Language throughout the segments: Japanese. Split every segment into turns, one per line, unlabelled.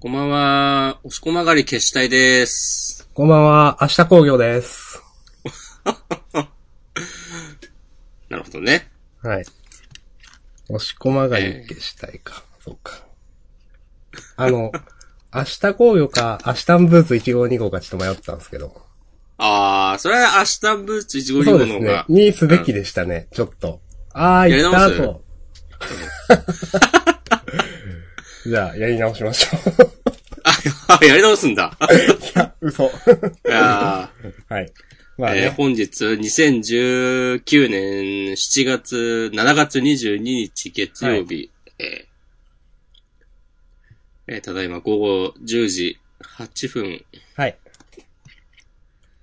こんばんは。押しこまがり消したいです。
こんばんは、明日工業です。
なるほどね。
はい。押し込まがり消したいか。そうか。あの、 明日工業か、明日ブーツ1号2号かちょっと迷ってたんですけど。
あー、それは明日ブーツ1号2
そ
号
うで
の
す
方
ね
が。。
にすべきでしたね、ちょっと。あー、
やり
行っ
直
た
す
と。 じゃあ、やり直しましょう。
あ、やり直すん だ。
いや、嘘。 はい
やー
い。まあ
えー
ね。
本日2019年7月、7月22日月曜日、えーえーただいま午後10時8分
はい。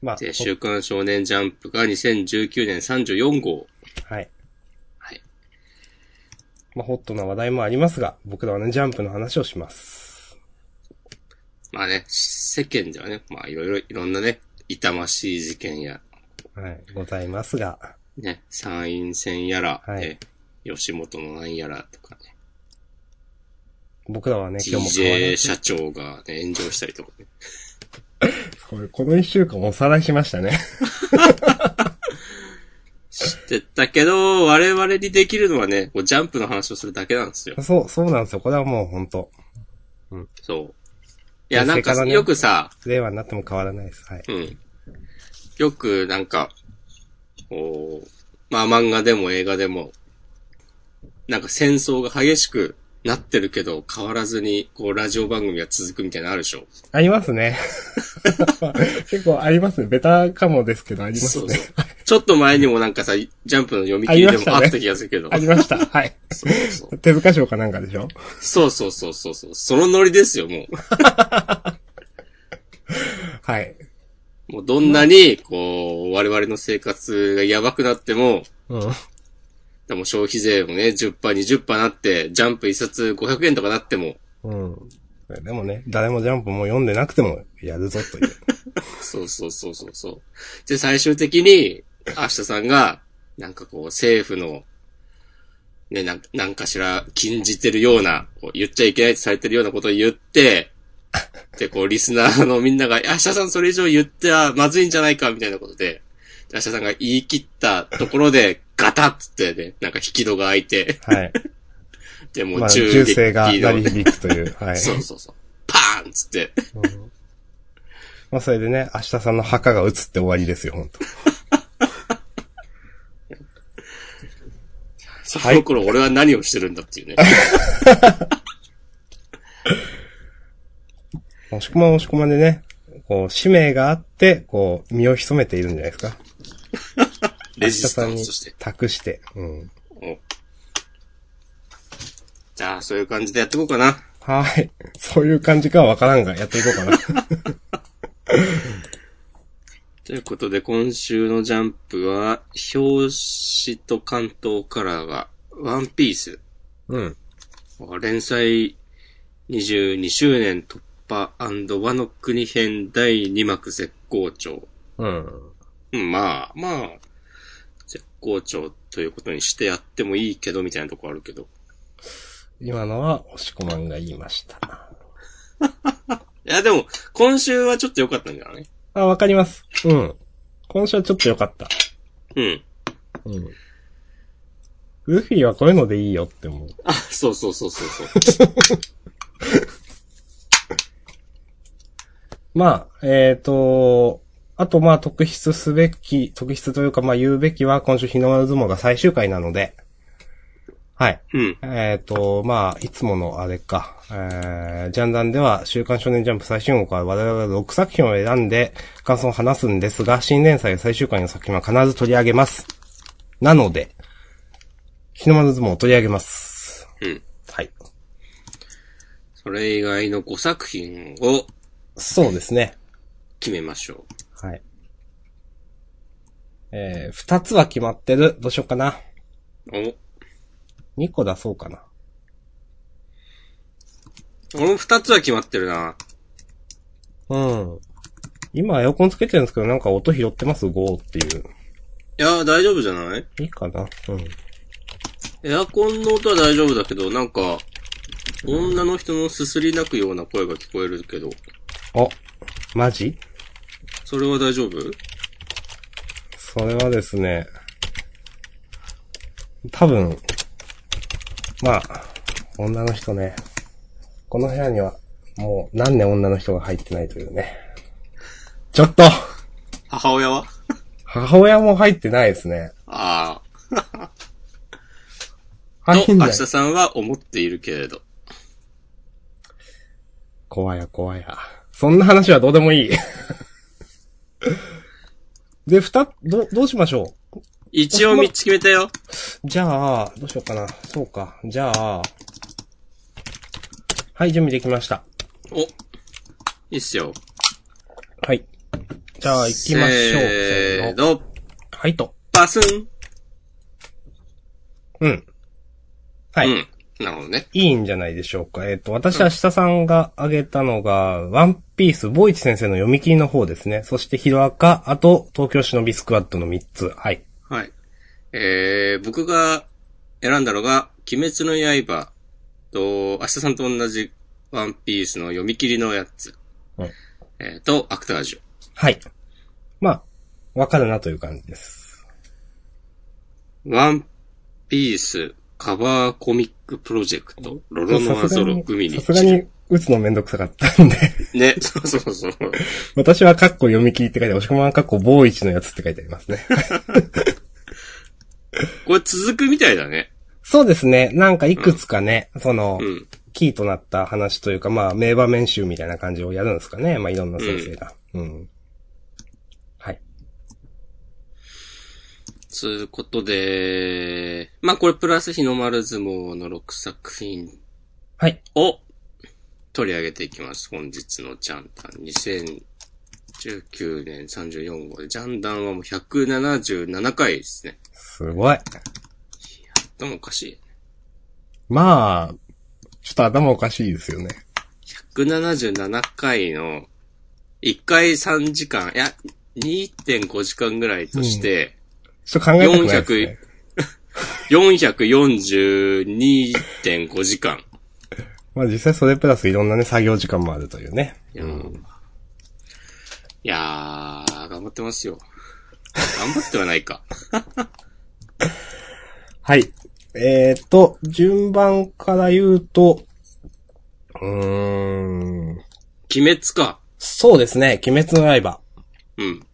まあ、
で、週刊少年ジャンプが2019年34号。
はい。
はい。
まあ、ホットな話題もありますが、僕らはね、ジャンプの話をします。
まあね、世間ではね、まあいろいろ、いろんなね、痛ましい事件や、
はい。ございますが、
ね、参院選やら、
はい
えー吉本のなんやらとかね、
僕らはね、今日も変わら
DJ 社長がね、炎上したりとかね。
ずこれこの一週間おさらいしました ね。
知ってたけど、我々にできるのはね、こうジャンプの話をするだけなんですよ。
そう、そうなんですよ。これはもう本当
そう。いや、なん
せっか
か、
くね
よくさ、
令和になっても変わらないです。はい。
うん。よく、なんか、こう、まあ漫画でも映画でも、なんか戦争が激しくなってるけど、変わらずに、こう、ラジオ番組が続くみたいなのあるでしょ。
ありますね。 結構ありますね。ベタかもですけど、あります
そう
ね。
そう。ちょっと前にもなんかさ、ジャンプの読み切りでもあ
ありましたね
った気がするけど。
ありました。はい。
そうそう
手塚賞かなんかでしょ
そうそうそうそうそう。そのノリですよ、も
はい。
う。もうどんなに、こう、我々の生活がやばくなっても、
うん。
でも消費税もね、10%、20%なって、ジャンプ一冊500円とかなっても、
うん。でもね、誰もジャンプも読んでなくてもやるぞという。
そうそうそうそうそう。で、最終的に、明日さんが、なんかこう、政府の、ね、なんなんかしら禁じてるような、こう言っちゃいけないとされてるようなことを言って、で、こう、リスナーのみんなが、明日さんそれ以上言ってはまずいんじゃないか、みたいなことで、で明日さんが言い切ったところで、ガタッつってね、なんか引き戸が開いて、
はい。
で、もう
まあ、
銃
銃
撃
声が鳴
の、
り響くという。は い。
そうそうそう。パーンっつって、
うんまあ、それでね、明日さんの墓が映って終わりですよ、本当
その頃俺は何をしてるんだっていうね。
押し込まん押し込まんでね、こう、使命があって、こう、身を潜めているんじゃないですか。
レジ
明日
スタ
さん
ン
に
スとして。
託して。うん。
おじゃあ、そういう感じでやっていこうかな。
はーい。そういう感じかはわからんが、やっていこうかな。
ということで、今週のジャンプは、表紙と関東カラーが、ワンピース。
うん。
連載22周年突破和の国編第2幕絶好調。
うん。
うんまあ、まあ、絶好調ということにしてやってもいいけど、みたいなとこあるけど。
今のは、押し込まんが言いました。
いや、でも、今週はちょっと良かったんだよね。
あ、わかります。うん。今週はちょっと良かった。
うん。
うん。ルフィはこういうのでいいよって思う。
あ、そうそうそうそうそう。
まあ、えっ、と、あとまあ特筆すべき、特筆というかまあ言うべきは今週日の丸相撲が最終回なので、はい。
うん。
えっ、と、まあ、いつものあれか、えー、ジャンダンでは週刊少年ジャンプ最新号から我々が6作品を選んで感想を話すんですが、新連載最終回の作品は必ず取り上げます。なので、日の丸相撲を取り上げます。
うん。
はい。
それ以外の5作品を
そうですね。
決めましょ
はい。えー、二つは決まってる。どうしようかな。
う。お、
二個出そうかな。
俺も2つは決まってるな。
うん。今エアコンつけてるんですけど、なんか音拾ってますゴーっていう。
いやー、大丈夫じゃない
いいかなうん。
エアコンの音は大丈夫だけど、なんか、
しれない。
女の人のすすり泣くような声が聞こえるけど、
お、マジ
それは大丈夫
それはですね、多分、まあ、女の人ね、この部屋にはもう何年女の人が入ってないというね。ちょっと
母親は
母親も入ってないですね。
ああ。
入
と、
んな
明
い
日。さんは思っているけれど。
怖いや怖いや。そんな話はどうでもいい。で、二つ、どう、どうしましょ
一応道決めたよ。
うじゃあ、どうしようかな。そうか。じゃあ、はい、準備できました。
お。いいっすよ。
はい。じゃあ、行きましょう。
せー
の。
の。
はいと。
パスン。
うん。はい。
うん。なるほどね。
いいんじゃないでしょうか。えっ、と、私は下さんが挙げたのが、ワンピース、ボーイチ先生の読み切りの方ですね。そして、ヒロアカ、あと、東京忍びスクワットの3つ。はい。
はい。えー、僕が選んだのが、鬼滅の刃と、明日さんと同じワンピースの読み切りのやつ。
うん
えー、と、アクタージュ。
はい。まあ、わかるなという感じです。
ワンピースカバーコミックプロジェクト、ロロノア
さす
ゾ
が
ロ
に
海に
さすがに、打つのめんどくさかったんで、
ね、 そうそうそう。
私はカッコ読み切りって書いて、押し込まんカッコボーイチのやつって書いてありますね。
これ続くみたいだね。
そうですね。なんかいくつかね、その、
うん。
キーとなった話というか、まあ、名場面集みたいな感じをやるんですかね。まあ、いろんな先生が。うん。はい。
つうことで、まあこれプラス日の丸相撲の6作品
はい。
を取り上げていきます。本日のジャンダン。2019年34号で、ジャンダンはもう177回ですね。
すごい。
でもおかしい。
まあ、ちょっと頭おかしいですよね。
177回の、1回3時間、いや、2.5時間ぐらいとして、
ちょっと考えたくないですね。
442.5時間。
まあ、実際それプラスいろんなね、作業時間もあるというね。
うんいやー、頑張ってますよ。頑張ってはないか。
はい。えーっと、順番から言うと、うーん、
鬼滅か。
そうですね、鬼滅の刃。
うん。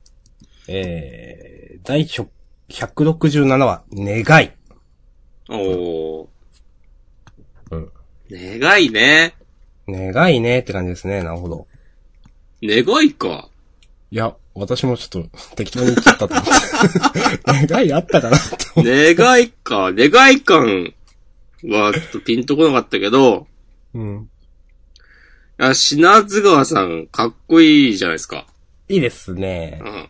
えー、第100 167話、願い。
おー。
うん。
願いね。
願いねって感じですね、なるほど。
願いか。
いや、私もちょっと適当に言っちゃったと思って。 願いあったかなと。
願いか。願い感は、ちょっとピンとこなかったけど、
うん。
いや、品津川さん、かっこいいじゃないですか。
いいですね
う。ん。い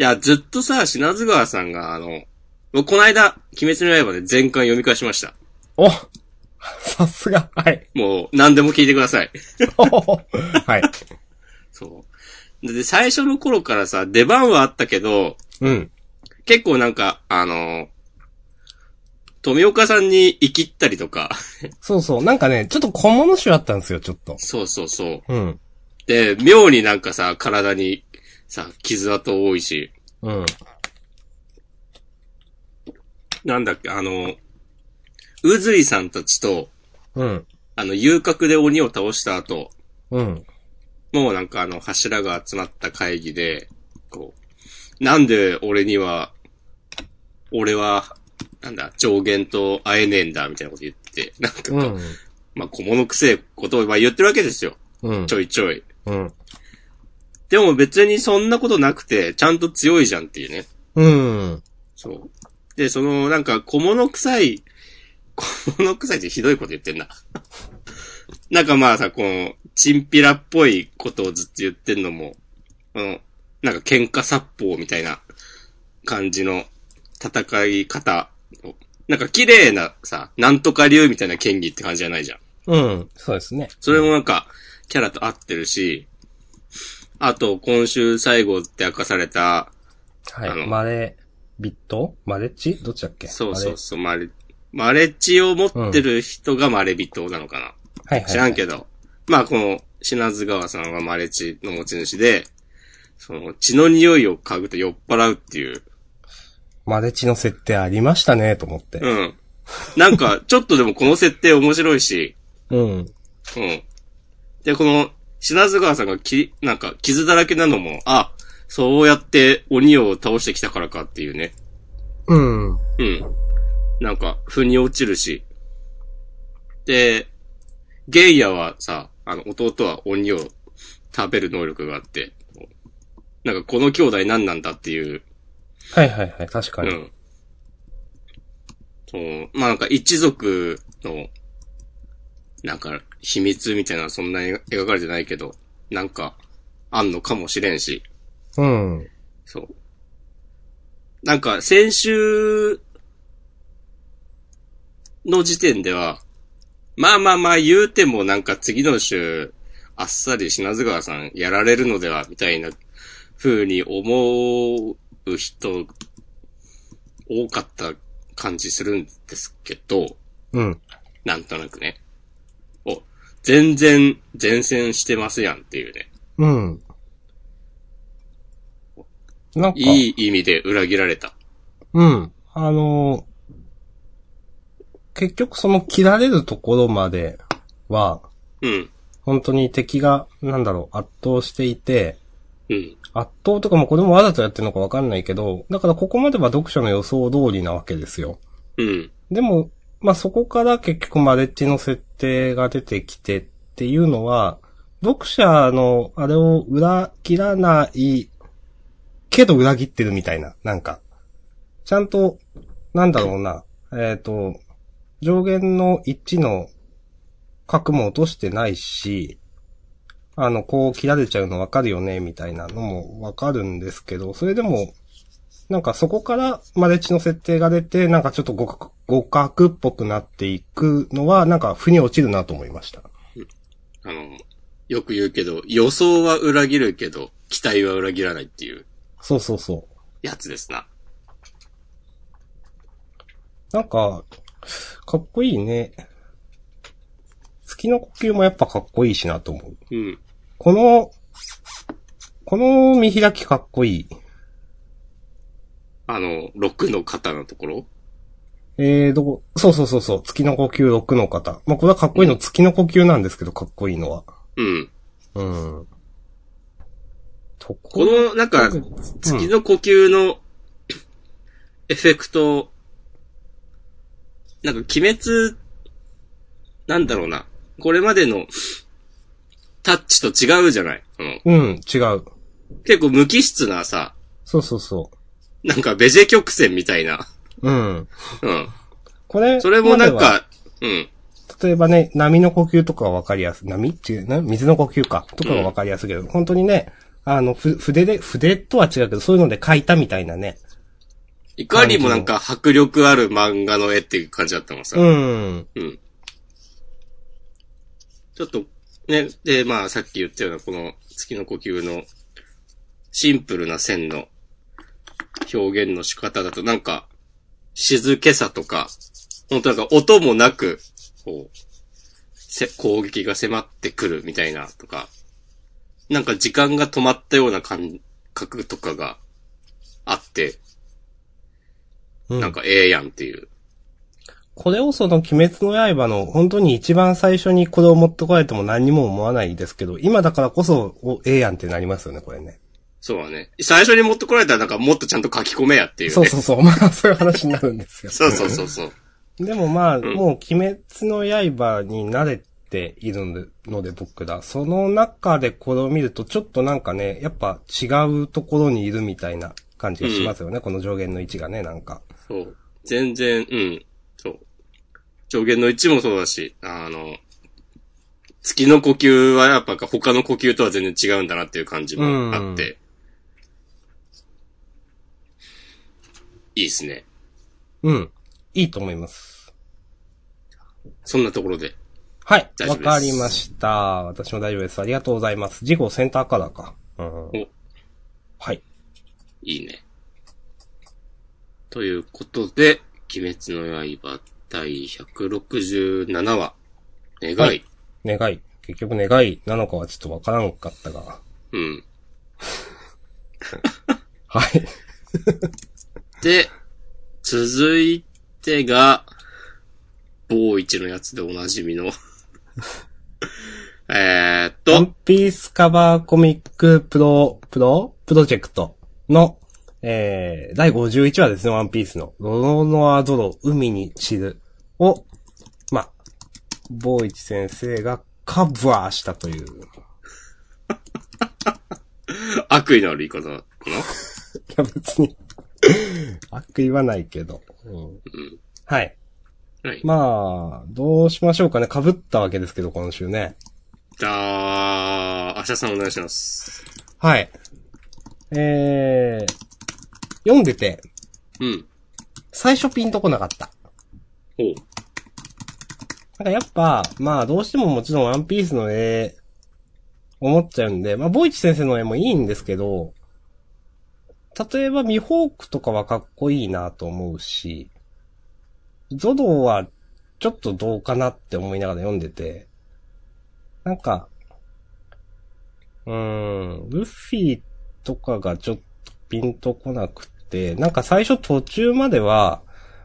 や、ずっとさ、品津川さんが、あの、僕この間、鬼滅の刃で全巻読み返しました。
おさすが、はい。
もう、何でも聞いてください。
はい。
そう。で、最初の頃からさ、出番はあったけど、
うん。
結構なんか、あの、富岡さんに生きったりとか、
そうそう。なんかね、ちょっと小物種あったんですよ、ちょっと。
そうそうそう。
うん。
で、妙になんかさ、体にさ、傷跡多いし、
うん。
なんだっけ、あの、うずいさんたちと、
うん。
あの、遊郭で鬼を倒した後、
うん。
もうなんかあの、柱が集まった会議で、こう、なんで俺には、俺は、なんだ、上限と会えねえんだ、みたいなこと言って、なんか、
うん。
まあ、小物くせえことをまあ言ってるわけですよ。
うん
ち。ょいちょい。
うん。
でも別にそんなことなくて、ちゃんと強いじゃんっていうね。
うん。
そう。で、その、なんか、小物臭い、小物臭いってひどいこと言ってんな。 なんかまあさ、この、チンピラっぽいことをずっと言ってんのも、この、なんか喧嘩殺法みたいな感じの戦い方を。なんか綺麗なさ、なんとか流みたいな剣技って感じじゃないじゃん。
うん。そうですね。
それもなんか、キャラと合ってるし、あと、今週最後って明かされた、
は
あの
い。マレ、ビットマレッチどっちだっけ
そうそうそう、マレ、マレッジを持ってる人がマレビトなのかな、
はいはい、はい。
知らんけど。まあ、この、品津川さんはマレチの持ち主で、その、血の匂いを嗅ぐと酔っ払うっていう。
マレチの設定ありましたね、と思って。
うん。なんか、ちょっとでもこの設定面白いし、
うん。
うん。で、この、品津川さんがき、なんか、傷だらけなのも、あ、そうやって鬼を倒してきたからかっていうね。
うん。
うん。なんか、腑に落ちるし。で、ゲイヤはさ、あの、弟は鬼を食べる能力があって、なんかこの兄弟何なんだっていう、
はいはいはい、確かに。
うん。そう、まあなんか一族の、なんか秘密みたいなのはそんなに描かれてないけど、なんか、あんのかもしれんし。
うん。
そう。なんか、先週の時点では、まあまあまあ言うてもなんか次の週、あっさり品津川さんやられるのでは、みたいな風に思う人、多かった感じするんですけど、
うん。
なんとなくね。お、全然、前線してますやんっていうね。
うん。なんか、
いい意味で裏切られた。
うん。あのー結局その切られるところまでは、
うん。
本当に敵が、なんだろう、圧倒していて、
うん。
圧倒とかもこれもわざとやってるのかわかんないけど、だからここまでは読者の予想通りなわけですよ。
うん。
でも、まあ、そこから結局マレッジの設定が出てきてっていうのは、読者のあれを裏切らないけど裏切ってるみたいな、なんか。ちゃんと、なんだろうな、えっ、と、上限の1の角も落としてないし、あの、こう切られちゃうのわかるよね、みたいなのもわかるんですけど、それでも、なんかそこからマレッジの設定が出て、なんかちょっと互角互角っぽくなっていくのは、なんか腑に落ちるなと思いました。
あの、よく言うけど、予想は裏切るけど、期待は裏切らないっていう
そうそうそう。
やつですな。
なんか、かっこいいね。月の呼吸もやっぱかっこいいしなと思う。
うん。
この、この見開きかっこいい。
あの、6の肩のところ
えー、どこ、そうそうそうそう、月の呼吸6の方。まあ、これはかっこいいの、月の呼吸なんですけど、かっこいいのは。
うん。
うん。
こ
ところ、
の、なんか、月
うん
の呼吸の、 エフェクト、なんか、鬼滅、なんだろうな。これまでの、タッチと違うじゃない、うん、
うん、違う。
結構無機質なさ、
そうそうそ
なんか、ベジェ曲線みたいな。
う。うん。
うん。
これ、
それもなん、か、うん。
例えばね、波の呼吸とかはわかりやすい。波っていうね、水の呼吸か。とかがわかりやすいけど、本当にね、あの、ふ筆で、筆とは違うけど、そういうので書いたみたいなね。
いかにもなんか迫力ある漫画の絵っていう感じだったもんさ。
うん。
うん。ちょっと、ね、で、まあさっき言ったようなこの月の呼吸のシンプルな線の表現の仕方だとなんか静けさとか、本当なんか音もなく、こう、せ攻撃が迫ってくるみたいなとか、なんか時間が止まったような感覚とかがあって、
うん
なんかええやんっていう。
これをその鬼滅の刃の本当に一番最初にこれを持ってこられても何にも思わないですけど、今だからこそ、お、ええやんってなりますよね、これね。
そうだね。最初に持ってこられたらなんかもっとちゃんと書き込めやっていうね。
そうそうそう。 まあ、そういう話になるんですよ。
そうそうそうそう。
でもまあ、もう鬼滅の刃に慣れているのでので、僕ら。その中でこれを見ると、ちょっとなんかね、やっぱ違うところにいるみたいな感じがしますよね。この上限の位置がね、なんか。
そう。全然、うん。そう。上限の位置もそうだし、あの、月の呼吸はやっぱ他の呼吸とは全然違うんだなっていう感じもあって。いいですね。
うん。いいと思います。
そんなところで。
はい。
大丈夫
わ
です
かりました。私も大丈夫です。ありがとうございます。事後センターカラーか。うん。
お、
はい。
いいね。ということで、鬼滅の刃第167話、願い。
はい願い。結局願いなのかはちょっとわからんかったが。
うん。
はい。
で、続いてが、某一のやつでおなじみの。 えーっ
ワ
と、
ンピースカバーコミックプロ、プロプロジェクトの、えー、第51話ですね、ワンピースの。ロロノアゾロ、海に散る。を、まあ、ボーイチ先生がカバーしたという。
悪意のある言い方なの
いや、別に、悪意はないけど。うん
ん
はい。
はい。
まあ、どうしましょうかね。被ったわけですけど、今週ね。
じゃあ、明日さんお願いします。
はい。えー、読んでて、
うん。
最初ピンとこなかった。
おう。
なんかやっぱ、まあどうしてももちろんワンピースの絵、思っちゃうんで、まあボイチ先生の絵もいいんですけど、例えばミホークとかはかっこいいなと思うし、ゾドはちょっとどうかなって思いながら読んでて、なんか、うーん、ルフィとかがちょっとピンとこなくて、なんか最初途中までは、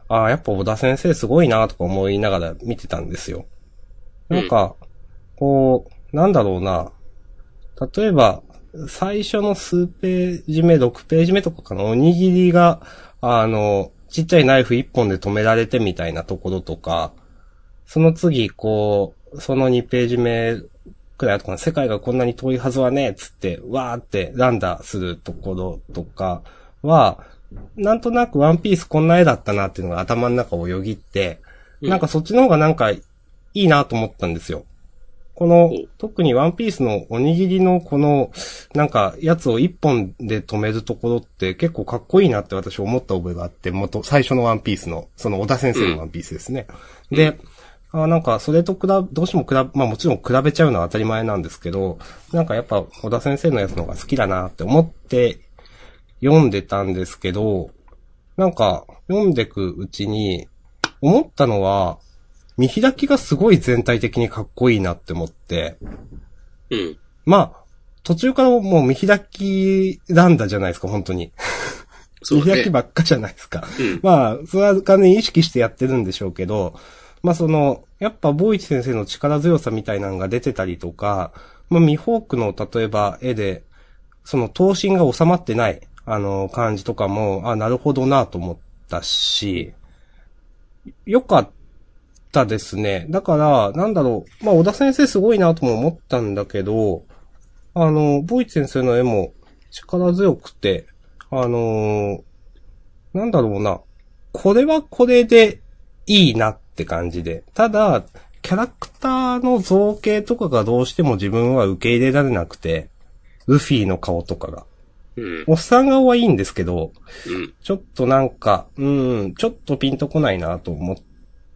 ああ、やっぱ小田先生すごいなとか思いながら見てたんですよ。なんか、こう、なんだろうな。例えば、最初の数ページ目、6ページ目とかかな、おにぎりが、あの、ちっちゃいナイフ1本で止められてみたいなところとか、その次、こう、その2ページ目くらいとかな、世界がこんなに遠いはずはねえっつって、わーってランダするところとかは、なんとなくワンピースこんな絵だったなっていうのが頭の中をよぎって、
うん
なんかそっちの方がなんかいいなと思ったんですよ。この
ほう、
特にワンピースのおにぎりのこの、なんかやつを一本で止めるところって結構かっこいいなって私思った覚えがあって、元、最初のワンピースの、その小田先生のワンピースですね。で、あなんか、それと比べ、どうしても比べ、まあもちろん比べちゃうのは当たり前なんですけど、なんかやっぱ、小田先生のやつの方が好きだなって思って読んでたんですけど、なんか、読んでくうちに、思ったのは、見開きがすごい全体的にかっこいいなって思って、
うん。
まあ、途中からもう見開きなんだじゃないですか、本当に。
そう
見
だ
開き
ね。
ばっかじゃないですか。
うん。
まあ、それは完全に意識してやってるんでしょうけど、まあその、やっぱ、ボーイチ先生の力強さみたいなのが出てたりとか、まあ、ミホークの例えば絵で、その頭身が収まってない、あの、感じとかも、あ、なるほどなと思ったし、よかったですね。だから、なんだろう、まあ、小田先生すごいなとも思ったんだけど、あの、ボーイチ先生の絵も力強くて、あのなんだろうな、これはこれでいいなって感じで。ただ、キャラクターの造形とかがどうしても自分は受け入れられなくて、ルフィの顔とかが。
うん。
おっさん顔はいいんですけど、
うん。
ちょっとなんか、うん、ちょっとピンとこないなと思っ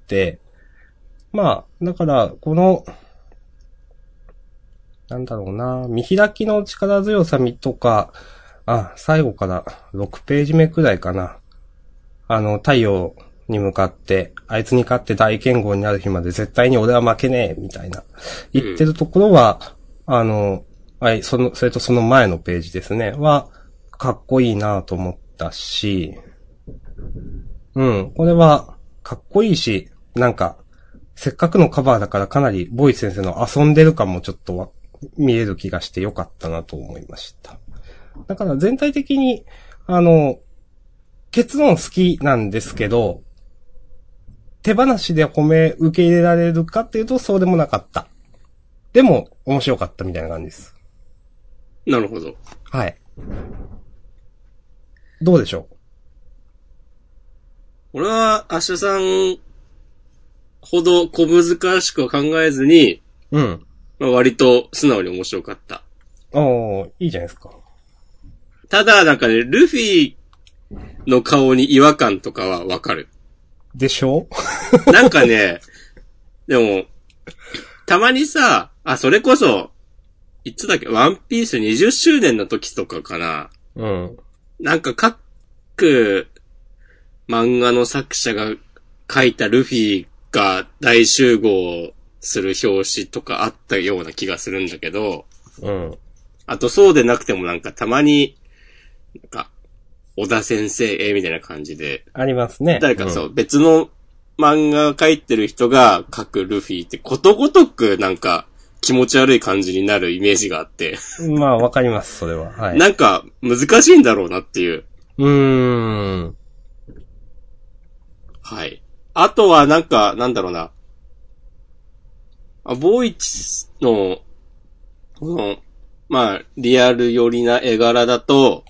て、まあ、だから、この、なんだろうな、見開きの力強さみとか、あ、最後から6ページ目くらいかな。あの、太陽に向かって、あいつに勝って大剣豪になる日まで絶対に俺は負けねえ、みたいな。言ってるところは、あの、はい、その、それとその前のページですね、は、かっこいいなと思ったし、うん、これは、かっこいいし、なんか、せっかくのカバーだからかなり、ボイス先生の遊んでる感もちょっとわ見える気がしてよかったなと思いました。だから全体的に、あの、結論好きなんですけど、手放しで褒め受け入れられるかっていうとそうでもなかった。でも、面白かったみたいな感じです。
なるほど。
はい。どうでしょ
俺は、アッシュさんほど小難しくは考えずに、
ううん。
まあ、割と素直に面白かった。
おー、いいじゃないですか。
ただ、なんかね、ルフィの顔に違和感とかはわかる。
でしょ
なんかね、 でも、たまにさ、あ、それこそ、いつだっけ、ワンピース20周年の時とかかな。
うん。
なんか各漫画の作者が書いたルフィが大集合する表紙とかあったような気がするんだけど、
うん。
あとそうでなくてもなんかたまに、なんか、小田先生へみたいな感じで、
ありますね。
誰かそうう、別の漫画書いてる人が書くルフィってことごとくなんか気持ち悪い感じになるイメージがあって、
ん。まあ、わかります、それは。はい。
なんか難しいんだろうなっていう。
うーん。
はい。あとはなんか、なんだろうな。あ、ボーイチの、この、まあ、リアル寄りな絵柄だと、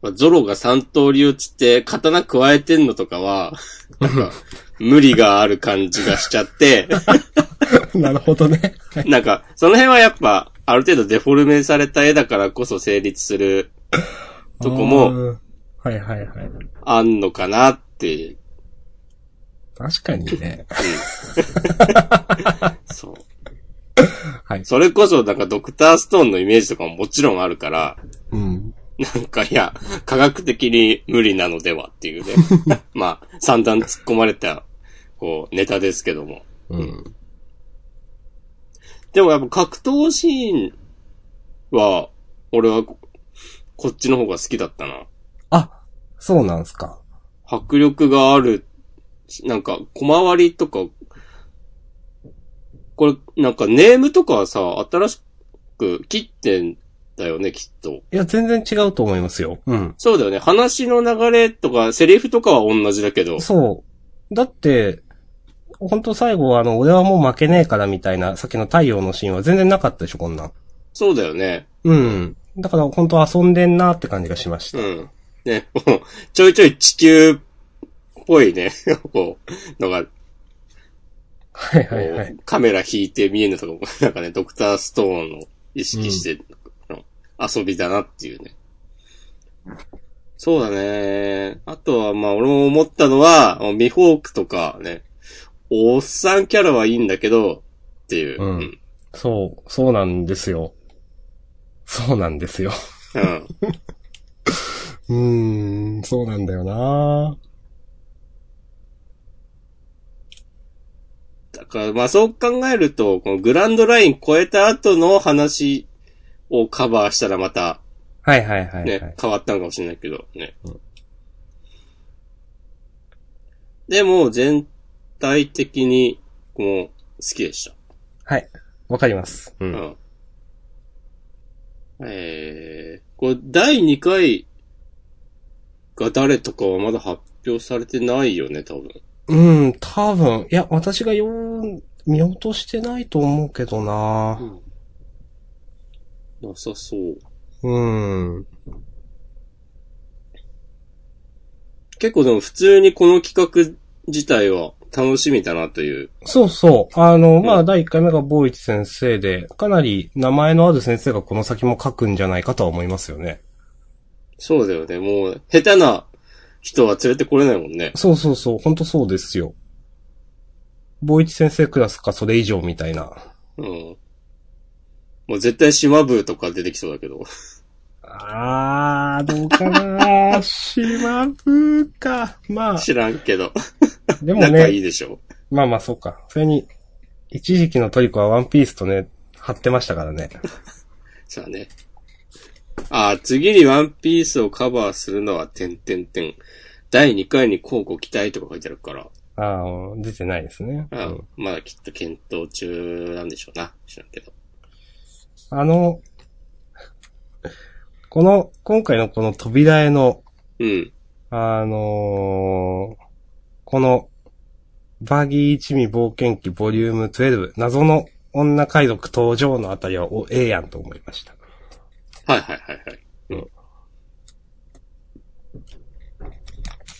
まあゾロが三刀流つって刀加えてんのとかは、なんか、無理がある感じがしちゃって、
なるほどね。
なんか、その辺はやっぱ、ある程度デフォルメされた絵だからこそ成立するとこも
うん。はいはいはい。
あんのかなって、
確かにね。
そう。
はい。
それこそ、なんかドクターストーンのイメージとかももちろんあるから、
うん。
なんかいや、科学的に無理なのではっていうね。まあ、散々突っ込まれた、こう、ネタですけども。
うん。
でもやっぱ格闘シーンは、俺はこ、こっちの方が好きだったな。
あ、そうなんすか。
迫力がある、なんか、小回りとか、これ、なんかネームとかはさ、新しく切ってんだよね、きっと。
いや、全然違うと思いますよ。うん。
そうだよね。話の流れとか、セリフとかは同じだけど。
そう。だって、ほんと最後はあの、俺はもう負けねえからみたいな、さっきの太陽のシーンは全然なかったでしょ、こんなん。
そうだよね。
うん。だから本当遊んでんなって感じがしました。
うん。ね、もうちょいちょい地球っぽいね、 こう、のが、こ。
はいはいはいう
カメラ引いて見えるのとかも、 なんかね、ドクターストーンを意識して、遊びだなっていうね。そうだね。あとは、まあ、俺も思ったのは、ミホークとかね、おっさんキャラはいいんだけど、っていう。
うんそう、そうなんですよ。そうなんですよ。
うん。
うーん、そうなんだよな
だから、まあそう考えると、このグランドライン超えた後の話をカバーしたらまた
はいはいはい、はい
ね、変わったのかもしれないけどね。
うん
でも、全体的に、こう、好きでした。
はい。わかります。う。
うんん。えー、これ第2回が誰とかはまだ発表されてないよね、多分。
うん、多分。いや、私がよー見落としてないと思うけどな
なさそう。
うん。
結構でも普通にこの企画自体は楽しみだなという。
そうそう。あの、
う
まあ、第1回目がボーイチ先生で、かなり名前のある先生がこの先も書くんじゃないかとは思いますよね。
そうだよね。もう、下手な人は連れてこれないもんね。
そうそうそう、ほんとそうですよ。ボーイチ先生クラスかそれ以上みたいな。
うん。もう絶対島部とか出てきそうだけど。
あー、どうかな島風か。 まあ、
知らんけど。
でも
仲い
ね、
いでしょ。
まあまあそうか。それに、一時期のトリコはワンピースとね、貼ってましたからね。
じゃあね。ああ、次にワンピースをカバーするのは、てんてんてん。第2回に広告期待とか書いてあるから。
あー、出てないですね。
う
うん
ん。まだきっと検討中なんでしょうな。知らんけど。
あの、この、今回のこの扉絵の、
うん。
あのーこの、バギー一味冒険記ボリューム12、謎の女海賊登場のあたりは、お、ええやんと思いました。
はいはいはいはい。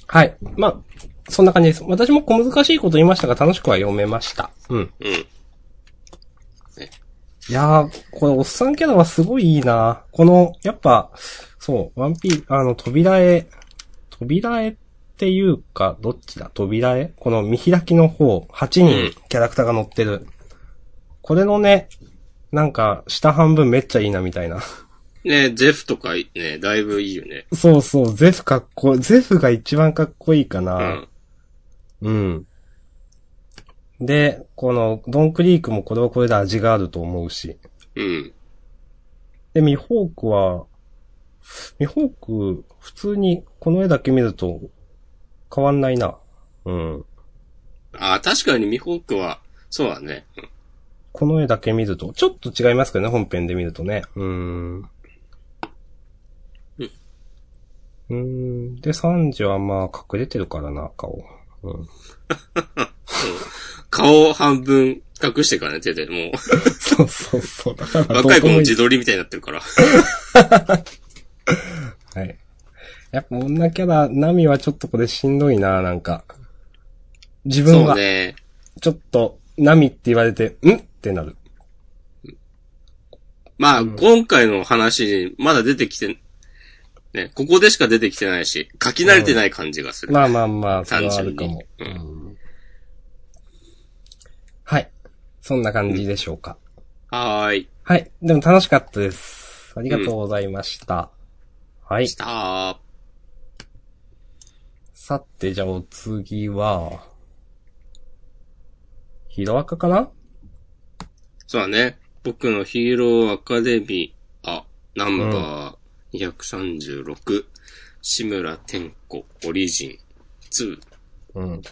はい。まあ、そんな感じです。私も小難しいこと言いましたが、楽しくは読めました。うん。
うん。
いやー、これ、おっさんキャラはすごいいいなこの、やっぱ、そう、ワンピー、あの、扉絵、扉絵っていうか、どっちだ扉絵この見開きの方、8
うん
人キャラクターが乗ってる。これのね、なんか、下半分めっちゃいいなみたいな。
ねゼフとかいね、だいぶいいよね。
そうそう、ゼフかっこ、ゼフが一番かっこいいか
う
な。
ん。
うん。で、この、ドンクリークもこれはこれで味があると思うし。
うん。
で、ミホークは、ミホーク、普通にこの絵だけ見ると変わんないな。うん。
ああ、確かにミホークは、そうだね。うん
この絵だけ見ると、ちょっと違いますけどね、本編で見るとね。うん。うん。で、サンジはまあ隠れてるからな、顔。うん。
顔を半分隠してからね、手で。も
そうそうそう。だから
う、若い子
どうで
も
もいい
自撮りみたいになってるから。
はい。やっぱ女キャラ、ナミはちょっとこれしんどいな、なんか。自分
そう
が、
ね。
ちょっと、ナミって言われて、んってなる。
まあ、今回の話、まだ出てきて、ね、ここでしか出てきてないし、書き慣れてない感じがする。
まあまあまあ、それ
単
はあ
純
る
に
かも。
う
うんはい。そんな感じでしょうか。
はーい。
はい。でも楽しかったです。ありがとうございました。はい
し。たー。
さて、じゃあお次は、ヒロアカかな
そうだね。僕のヒーローアカデミー、あ、ナンバー236、志村天子オリジン2。
うん。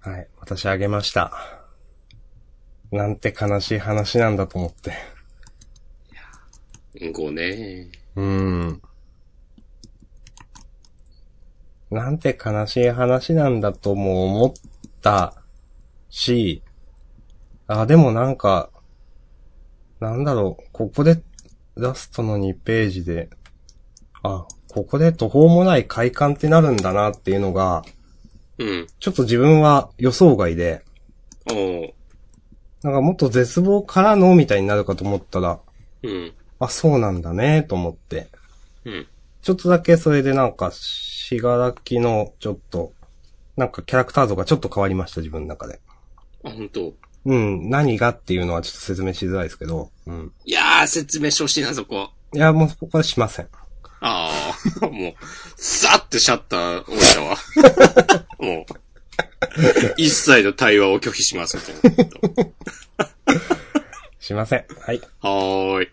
はい。私あげました。なんて悲しい話なんだと思って。
5ね。
うん。なんて悲しい話なんだとも思ったし、あ、でもなんか、なんだろう、ここで、ラストの2ページで、あ、ここで途方もない快感ってなるんだなっていうのが、
うん。
ちょっと自分は予想外で、
おー。
なんかもっと絶望からのみたいになるかと思ったら、
うん。
あ、そうなんだね、と思って。
うん。
ちょっとだけそれでなんか、しがらきの、ちょっと、なんかキャラクター像がちょっと変わりました、自分の中で。
あ、本当。
うん、何がっていうのはちょっと説明しづらいですけど、うん。
いやー、説明してほしいな、そこ。
いや、もうそこはしません。
ああ、 もう、さってシャッター降りた わ。もう、一切の対話を拒否します、みたいな。
しません。はい。
はーい。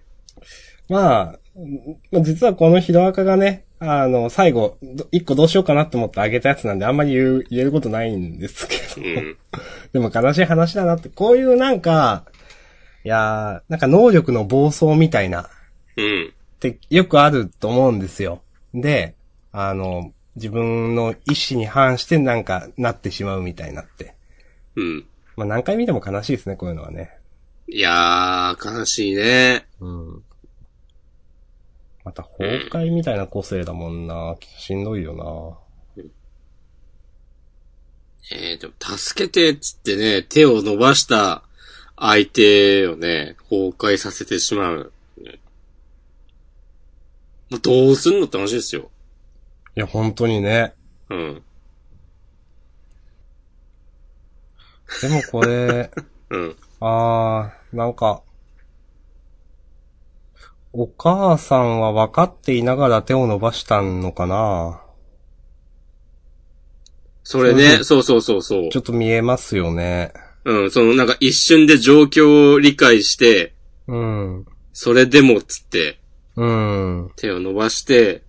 まあ、うんまあ実はこのヒロアカがね、あの、最後、ど一個どうしようかなって思ってあげたやつなんで、あんまり言う、言えることないんですけど。
うん。
でも悲しい話だなって、こういうなんか、いやー、なんか能力の暴走みたいな、っ
うん。
てよくあると思うんですよ。で、あの、自分の意思に反してなんかなってしまうみたいなって。
うん。
まあ何回見ても悲しいですね、こういうのはね。
いやー、悲しいね。
うん。また崩壊みたいな個性だもんな。しんどいよ
えー、でも、助けてっつってね、手を伸ばした相手をね、崩壊させてしまう。もうどうすんのって話ですよ。
な。いや、本当にね。
うん。
でもこ れ、
うん。
あー、なんか、お母さんは分かっていながら手を伸ばしたのかな
それね、そうそうそうそう
ちょ。っと見えますよね。
うん、そのなんか一瞬で状況を理解して、
うん。
それでもっつって、
うん。
手を伸ばして、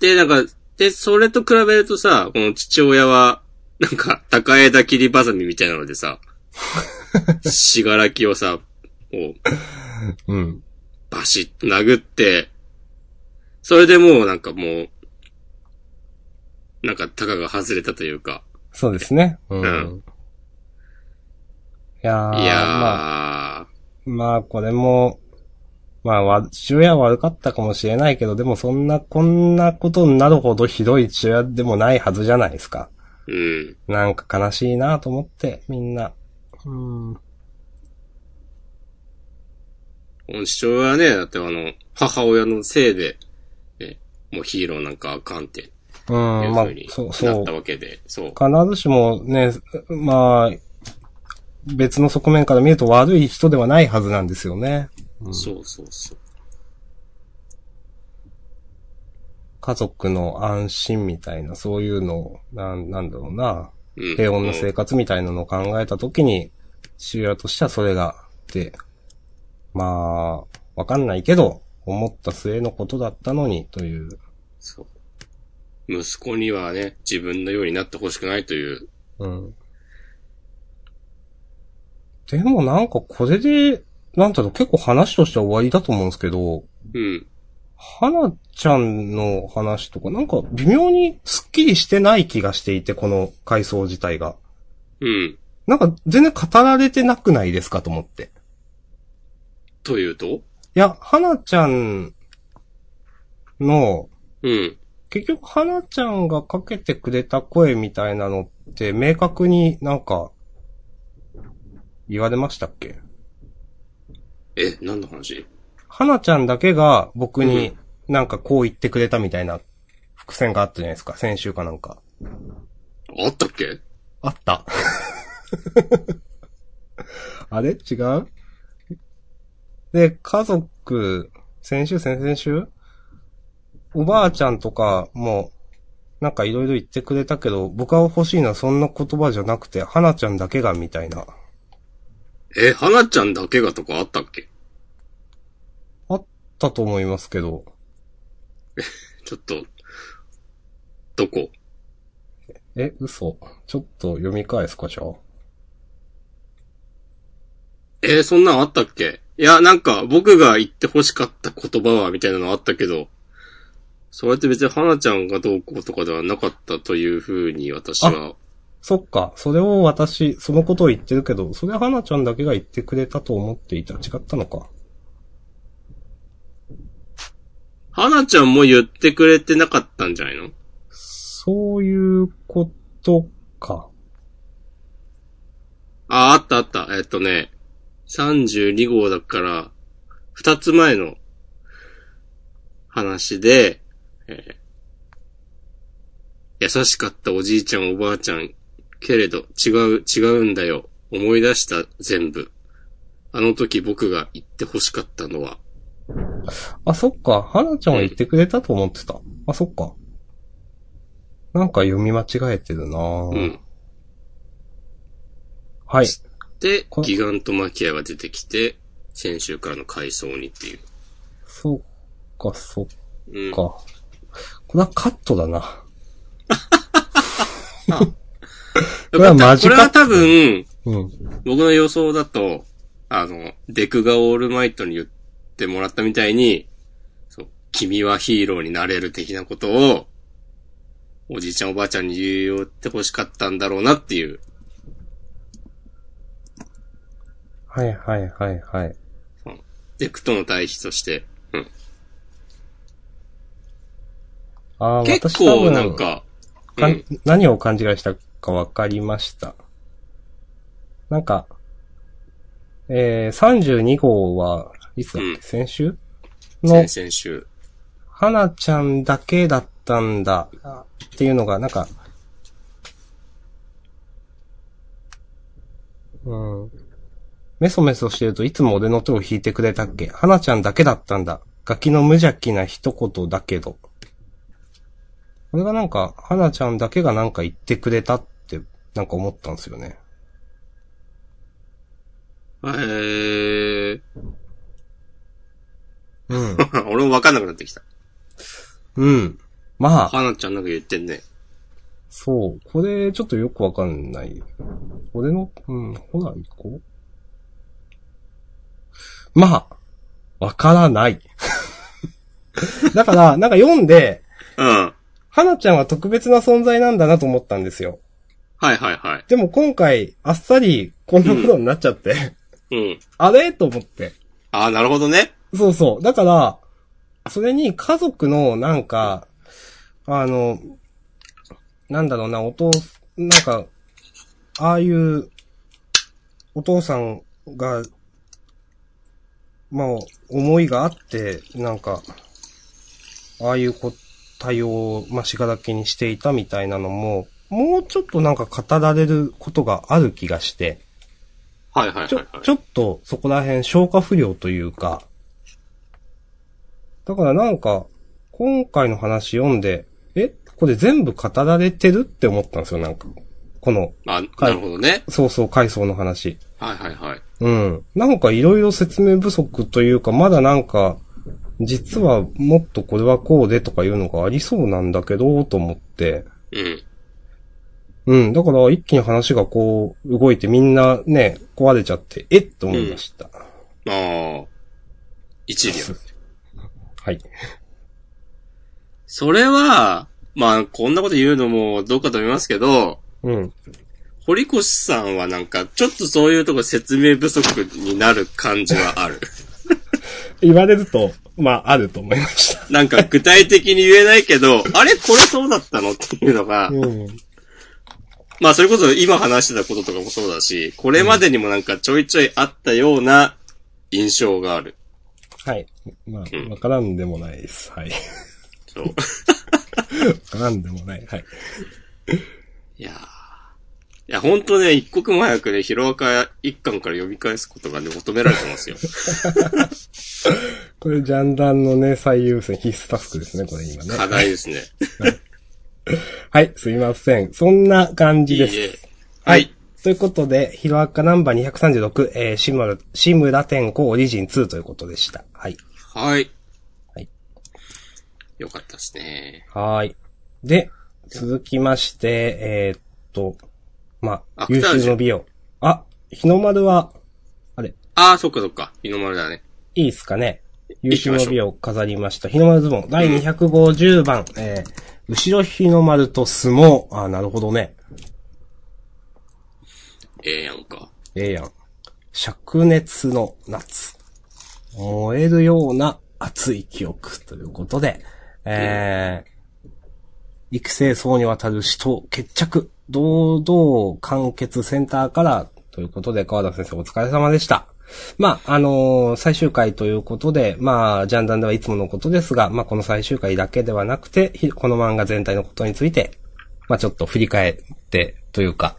で、なんか、で、それと比べるとさ、この父親は、なんか、高枝切りバサミみたいなので さ、しがらきをさ、こう、
うん。
バシッと殴って、それでもうなんかもう、なんか、たかが外れたというか、
そうですね。うん。
うん
いやー、
いやー、
まあ、まあこれも、まあ、わ父親は悪かったかもしれないけど、でもそんな、こんなことになるほどひどい父親でもないはずじゃないですか。
うん。
なんか悲しいなと思って、みんな。うん。
この父親はね、だってあの、母親のせいで、ね、もうヒーローなんかあかんって、いう
うん、
ふ
まあ
うに、
そう、
な
そ
っ
う
た。わけで、そう。
必ずしもね、まあ、別の側面から見ると悪い人ではないはずなんですよね。
そうそうそう。
家族の安心みたいな、そういうのを、なん、なんだろうな、
うん。
平穏な
う
生
ん
活みたいなのを考えたときに、父親としてはそれが、で、まあ、わかんないけど、思った末のことだったのに、という。
そう。息子にはね、自分のようになってほしくないという。
うん。でもなんかこれで、なんだろう、結構話としては終わりだと思うんですけど、
うん。
花ちゃんの話とか、なんか微妙にスッキリしてない気がしていて、この回想自体が。
うん。
なんか全然語られてなくないですかと思って。
というと
いや、花ちゃんの、
うん。
結局花ちゃんがかけてくれた声みたいなのって明確になんか、言われましたっけ
え、何の話
花ちゃんだけが僕
う
になんかこう言ってくれたみたいな伏線があったじゃないですか、先週かなんか。
あったっけ
あった あれ違うで、家族、先週、先々週おばあちゃんとかも、なんかいろいろ言ってくれたけど、僕が欲しいのはそんな言葉じゃなくて、花ちゃんだけがみたいな。
え、花ちゃんだけがとかあったっけ
あったと思いますけど。
ちょっと、どこ
え、嘘ちょっと読み返すか、じゃあ。
えーそんなんあったっけいや、なんか、僕が言って欲しかった言葉は、みたいなのあったけど、それって別に花ちゃんがどうこうとかではなかったというふうに私は、
そっか。それを私、そのことを言ってるけど、それは花ちゃんだけが言ってくれたと思っていた。違ったのか。
花ちゃんも言ってくれてなかったんじゃないの
そういうことか。
あ、あったあった。えっとね、32号だから、2つ前の話で、えー優しかったおじいちゃんおばあちゃん、けれど違う、違うんだよ。思い出した全部。あの時僕が言って欲しかったのは、
あ、そっか。花ちゃんは言ってくれたと思ってた。あ、そっか。なんか読み間違えてるなぁ
うん。
はい。
で
こ、
ギガントマキアが出てきて、先週からの回想にっていう。
そっか、そっか。
うん。
これはカットだな。これはマジ
これ
カッ
は
ト
多分、
うん。
僕の予想だと、あの、デクがオールマイトに言ってもらったみたいに、そう、君はヒーローになれる的なことを、おじいちゃんおばあちゃんに言って欲しかったんだろうなっていう、
はいはいはいはい。
デクとの対比として。うん、
あー
結
私多
構
分
なんか、う
かん
ん、
何を勘違いしたかわかりました。なんか、えー、32号はいつだっけ、
うん
先週の
先、々週。
花ちゃんだけだったんだっていうのが、なんか、うん。メソメソしてるといつも俺の手を引いてくれたっけ花ちゃんだけだったんだ。ガキの無邪気な一言だけど。これがなんか、花ちゃんだけがなんか言ってくれたって、なんか思ったんですよね。
えー、
うん。
俺もわかんなくなってきた。
うん。まあ、
花ちゃんなんか言ってんね。
そう。これ、ちょっとよくわかんない。俺の、うん、ほら、行こう。まあ、わからない。 だから、なんか読んで、
うん。はい
花ちゃんは特別な存在なんだなと思ったんですよ。
はいは
でも今回、あっさり、こんなことになっちゃって、
い。うん。
あれと思って。
ああ、なるほどね。
そうそう。だから、それに家族の、なんか、あの、なんだろうな、お父、なんか、ああいう、お父さんが、まあ、思いがあって、なんか、ああいうこ対応を、まあ、しがらきにしていたみたいなのも、もうちょっとなんか語られることがある気がして、
はいはいはい
ちょ
はい、。
ちょっとそこら辺消化不良というか、だからなんか、今回の話読んで、えこれ全部語られてるって思ったんですよ、なんか。この、
あ、なるほどね。
そうそう回想の話。
はいはいはい。
うん。なんかいろいろ説明不足というか、まだなんか、実はもっとこれはこうでとかいうのがありそうなんだけど、と思って。
うん。
うん。だから一気に話がこう、動いてみんなね、壊れちゃって、えっと思いました。
ああ。一理ある。
はい。
それは、まあ、こんなこと言うのもどうかと思いますけど、
うん。
堀越さんはなんか、ちょっとそういうとこ説明不足になる感じは ある。
言われると、まあ、あると思いました。
なんか具体的に言えないけど、あれこれそうだったのっていうのが、
うん。
まあそれこそ今話してたこととかもそうだし、これまでにもなんかちょいちょいあったような印象がある。
はい。まあ、わからんでもないです。はい。わ
そう。
からんでもない。はい。
いやーいや、ほんとね、一刻も早くね、ヒロアカ一巻から読み返すことがね、求められてますよ。
これ、ジャンダンのね、最優先必須タスクですね、これ今ね。
課題ですね。
はい、すいません。そんな感
い
じ
い
です。
え。はい。。
ということで、ヒロアカナンバー236、えー、志村、志村天子オリジン2ということでした。はい。
はい。
はい
よかったですね。
はーい。で、続きまして、えーっと、まあ、
芥
優
川賞
秀の美容。あ、日の丸は、あれ、
ああ、そっかそっか。日の丸だね。
いいっすかね。優
行き
秀
ましょう
の美を飾りました。日の丸相撲、第250番、えー、後ろ日の丸と相撲。あ、なるほどね。
ええやんか。
ええやん。灼熱の夏。燃えるような熱い記憶ということで、えー、育成層にわたる死闘、決着、堂々完結センターから、ということで、川田先生お疲れ様でした。まあ、あのー最終回ということで、まあ、ジャンダンではいつものことですが、まあ、この最終回だけではなくて、ひこの漫画全体のことについて、まあ、ちょっと振り返って、というか、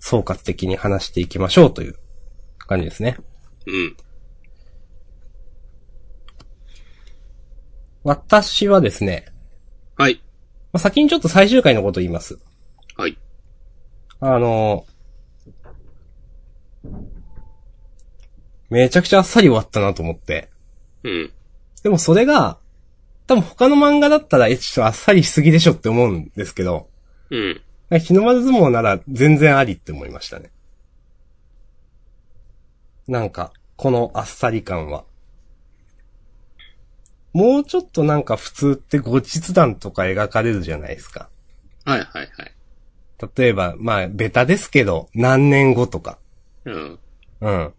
総括的に話していきましょうという感じですね。
うん。
私はですね、
はい。
まあ先にちょっと最終回のこと言います。
はい。
あの、めちゃくちゃあっさり終わったなと思って。
うん。
でもそれが、多分他の漫画だったら、え、ちょっとあっさりしすぎでしょって思うんですけど、
うん。
なんか日の丸相撲なら全然ありって思いましたね。なんか、このあっさり感は。もうちょっとなんか普通って後日談とか描かれるじゃないですか。
はいはいはい。
例えば、まあ、ベタですけど、何年後とか。
うん。
うん。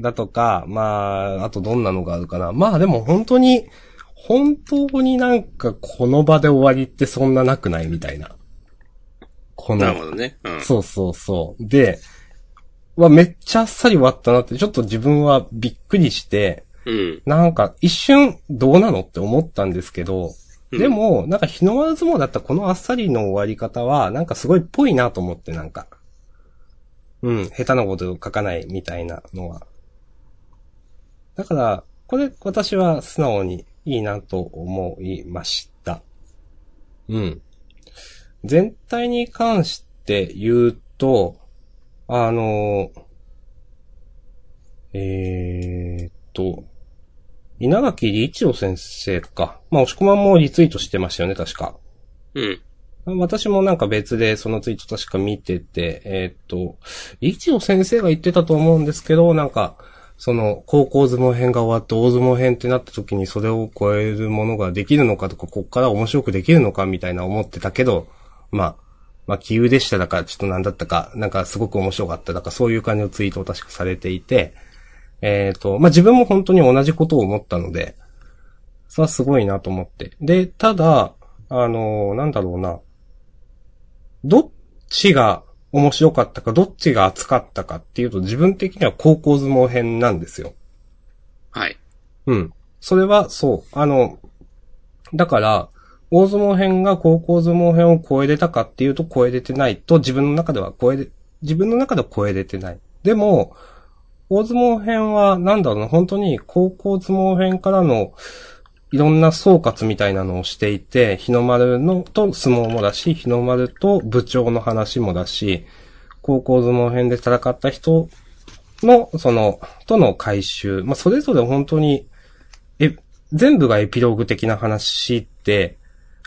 だとか、まあ、あとどんなのがあるかな。まあでも本当に、本当になんかこの場で終わりってそんななくないみたいな。この
なるほどね。うん。
そうそうそう。で、はめっちゃあっさり終わったなって、ちょっと自分はびっくりして、
うん。
なんか一瞬どうなのって思ったんですけど、
うん
でも、なんか日の丸相撲だったこのあっさりの終わり方は、なんかすごいっぽいなと思って、なんか。うん、下手なこと書かないみたいなのは。だから、これ私は素直にいいなと思いました。うん。全体に関して言うと、あの、えーっと、稲垣理一郎先生か。まあ、押し込まんもリツイートしてましたよね、確か。
うん。
私もなんか別でそのツイート確か見てて、えーっと、一応先生が言ってたと思うんですけど、なんか、その、高校相撲編が終わって大相撲編ってなった時にそれを超えるものができるのかとか、こっから面白くできるのかみたいな思ってたけど、まあ、まあ、気憂でしただから、ちょっとなんだったか、なんかすごく面白かっただから、そういう感じのツイートを確かされていて、えーっ、と、まあ、自分も本当に同じことを思ったので、それはすごいなと思って。で、ただ、あのなんだろうな、どっちが面白かったか、どっちが熱かったかっていうと、自分的には高校相撲編なんですよ。
はい。
うん。それは、そう。あの、だから、大相撲編が高校相撲編を超えれたかっていうと超えれてないと、自分の中では超えれ、自分の中では超えれてない。でも、大相撲編は、なんだろうな、本当に高校相撲編からの、いろんな総括みたいなのをしていて、日の丸のと相撲もだし、日の丸と部長の話もだし、高校相撲編で戦った人の、その、との回収。まあ、それぞれ本当に、え、全部がエピローグ的な話って、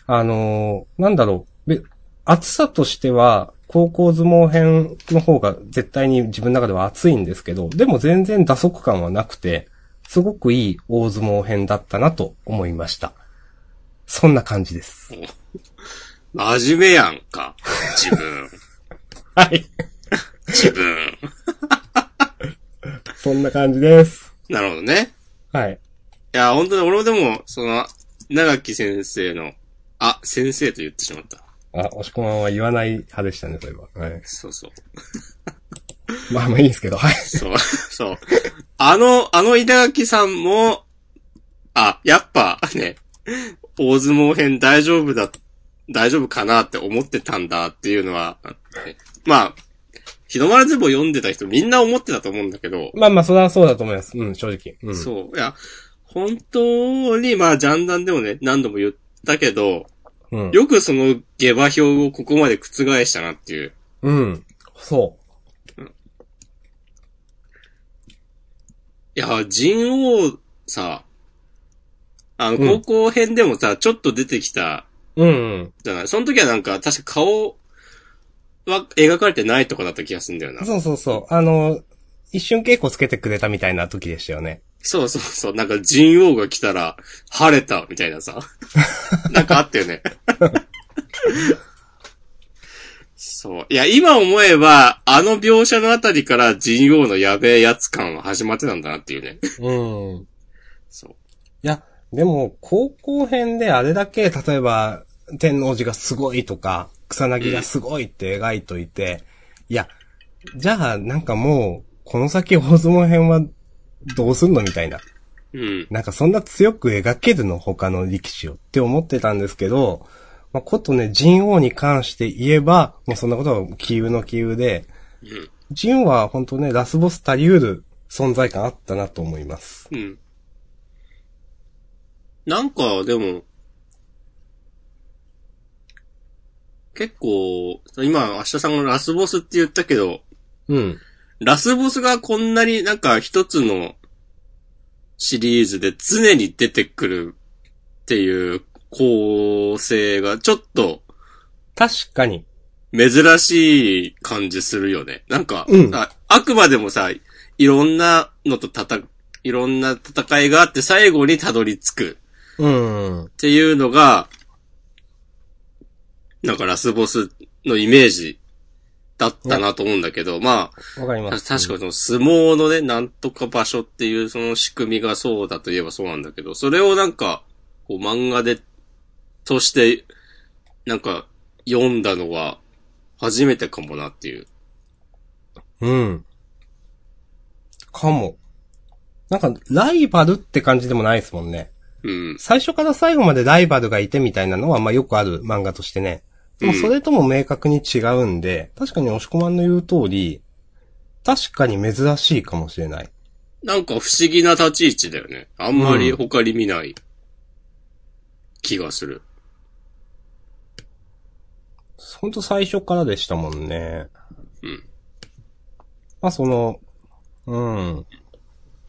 あのーなんだろう。べ厚さとしては、高校相撲編の方が絶対に自分の中では熱いんですけど、でも全然打足感はなくて、すごくいい大相撲編だったなと思いました。そんな感じです。
真面目やんか。自 分。
はい。
自分。
そんな感じです。
なるほどね。
はい。
いや、本当に俺もでも、その、長木先生の、あ、先生と言ってしまった。
あ、押し込まんは言わない派でしたね、それは。はい。
そうそう。
まあまあいいんですけど、はい。
そう、 そう。あの、あの稲垣さんも、あ、やっぱね、大相撲編大丈夫だ、大丈夫かなって思ってたんだっていうのは、ねまあ、日の丸相撲読んでた人みんな思ってたと思うんだけど、
まあまあ、それはそうだと思います。うん、正直。うん。
そう、いや、本当に、まあ、ジャンダンでもね、何度も言ったけど、
うん。
よくその下馬評をここまで覆したなっていう。
うん。そ
いや、人王さ、あの、
うん
高校編でもさ、ちょっと出てきた
う。うん、うん。
じゃないその時はなんか、確か顔は描かれてないとかだった気がするんだよな。
そうそうそう。あの、一瞬稽古つけてくれたみたいな時でしたよね。
そうそうそう。なんか、人王が来たら、晴れた、みたいな さ。なんかあったよね。そう。いや、今思えば、あの描写のあたりから、人王のやべえやつ感は始まってたんだなっていうね。
うん。い
そう。
や、でも、高校編であれだけ、例えば、天王寺がすごいとか、草薙がすごいって描いといて、いや、じゃあ、なんかもう、この先大相撲編は、どうすんのみたいな。
うん。
なんかそんな強く描けるの他の力士をって思ってたんですけど、まあ、ことね、人王に関して言えば、もうそんなことは杞憂の杞憂で、
うん。
人王は本当ね、ラスボス足りうる存在感あったなと思います。
うん。なんか、でも、結構、今、明日さんがラスボスって言ったけど、
うん。
ラスボスがこんなになんか一つのシリーズで常に出てくるっていう構成がちょっと
確かに。
珍しい感じするよね。なんか、
うん
ああくまでもさ、いろんなのと戦、いろんな戦いがあって最後にたどり着く。
うん
っ。ていうのが、なんかラスボスのイメージだったなと思うんだけど、ま
わかり
あ、
ま
確
す。
かにその相撲のね、なんとか場所っていうその仕組みがそうだといえばそうなんだけど、それをなんか、こう漫画で、として、なんか、読んだのは、初めてかもなっていう。
うん。かも。なんか、ライバルって感じでもないですもんね。
うん。
最初から最後までライバルがいてみたいなのは、まあよくある漫画としてね。でも
うん
それとも明確に違うんで、確かに押し込まんの言う通り、確かに珍しいかもしれない。
なんか不思議な立ち位置だよね。あんまり
うん
他に見ない気がする。
ほんと最初からでしたもんね。
うん。
まあその、うん。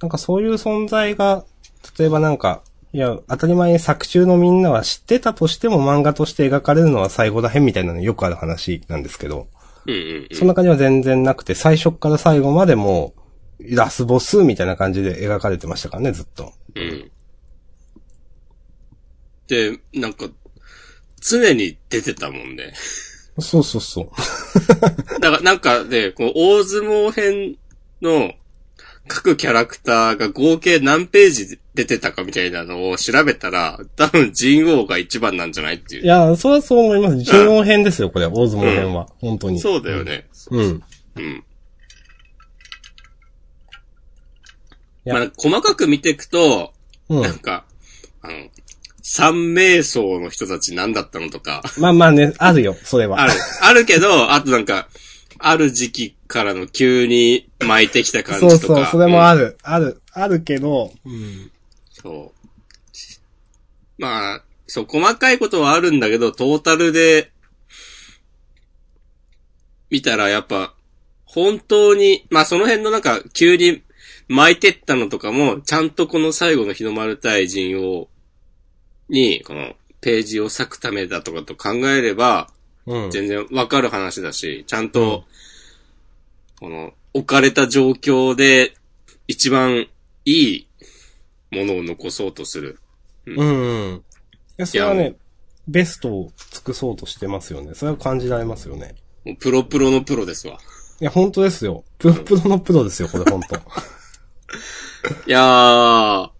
なんかそういう存在が、例えばなんか、いや、当たり前に作中のみんなは知ってたとしても漫画として描かれるのは最後ら辺みたいなのよくある話なんですけど。
うんうんうん。
そんな感じは全然なくて、最初から最後までもう、ラスボスみたいな感じで描かれてましたからね、ずっと。
うん。で、なんか、常に出てたもんね。
そうそうそう。
だから、なんかね、こう、大相撲編の各キャラクターが合計何ページ出てたかみたいなのを調べたら、多分人王が一番なんじゃないってい。
いうや、それはそう思います。順応編ですよ、これ。大相撲編は。本当に。
そうだよね。
うん。
うん。
や
まあ、細かく見ていくと、
うん。
なんか、あの、三名僧の人たち何だったのとか、
まあまあね、あるよ、それは。
ある。あるけど、あとなんか、ある時期からの急に巻いてきた感じと
そ
か
う。そう、それも
あ
あ
る。
る。ある、あるけど、うん。
そう。まあ、そう、細かいことはあるんだけど、トータルで、見たらやっぱ、本当に、まあその辺のなんか、急に巻いてったのとかも、ちゃんとこの最後の日の丸大臣を、に、この、ページを割くためだとかと考えれば、
うん。
全然わかる話だし、ちゃんと、この、置かれた状況で、一番いいものを残そうとする。
うん、うん。いや、それはい
や
ね、ベストを尽くそうとしてますよね。それは感じられますよね。
もうプロプロのプロですわ。
いや、本当ですよ。プロプロのプロですよ、これ本 当。
いやー、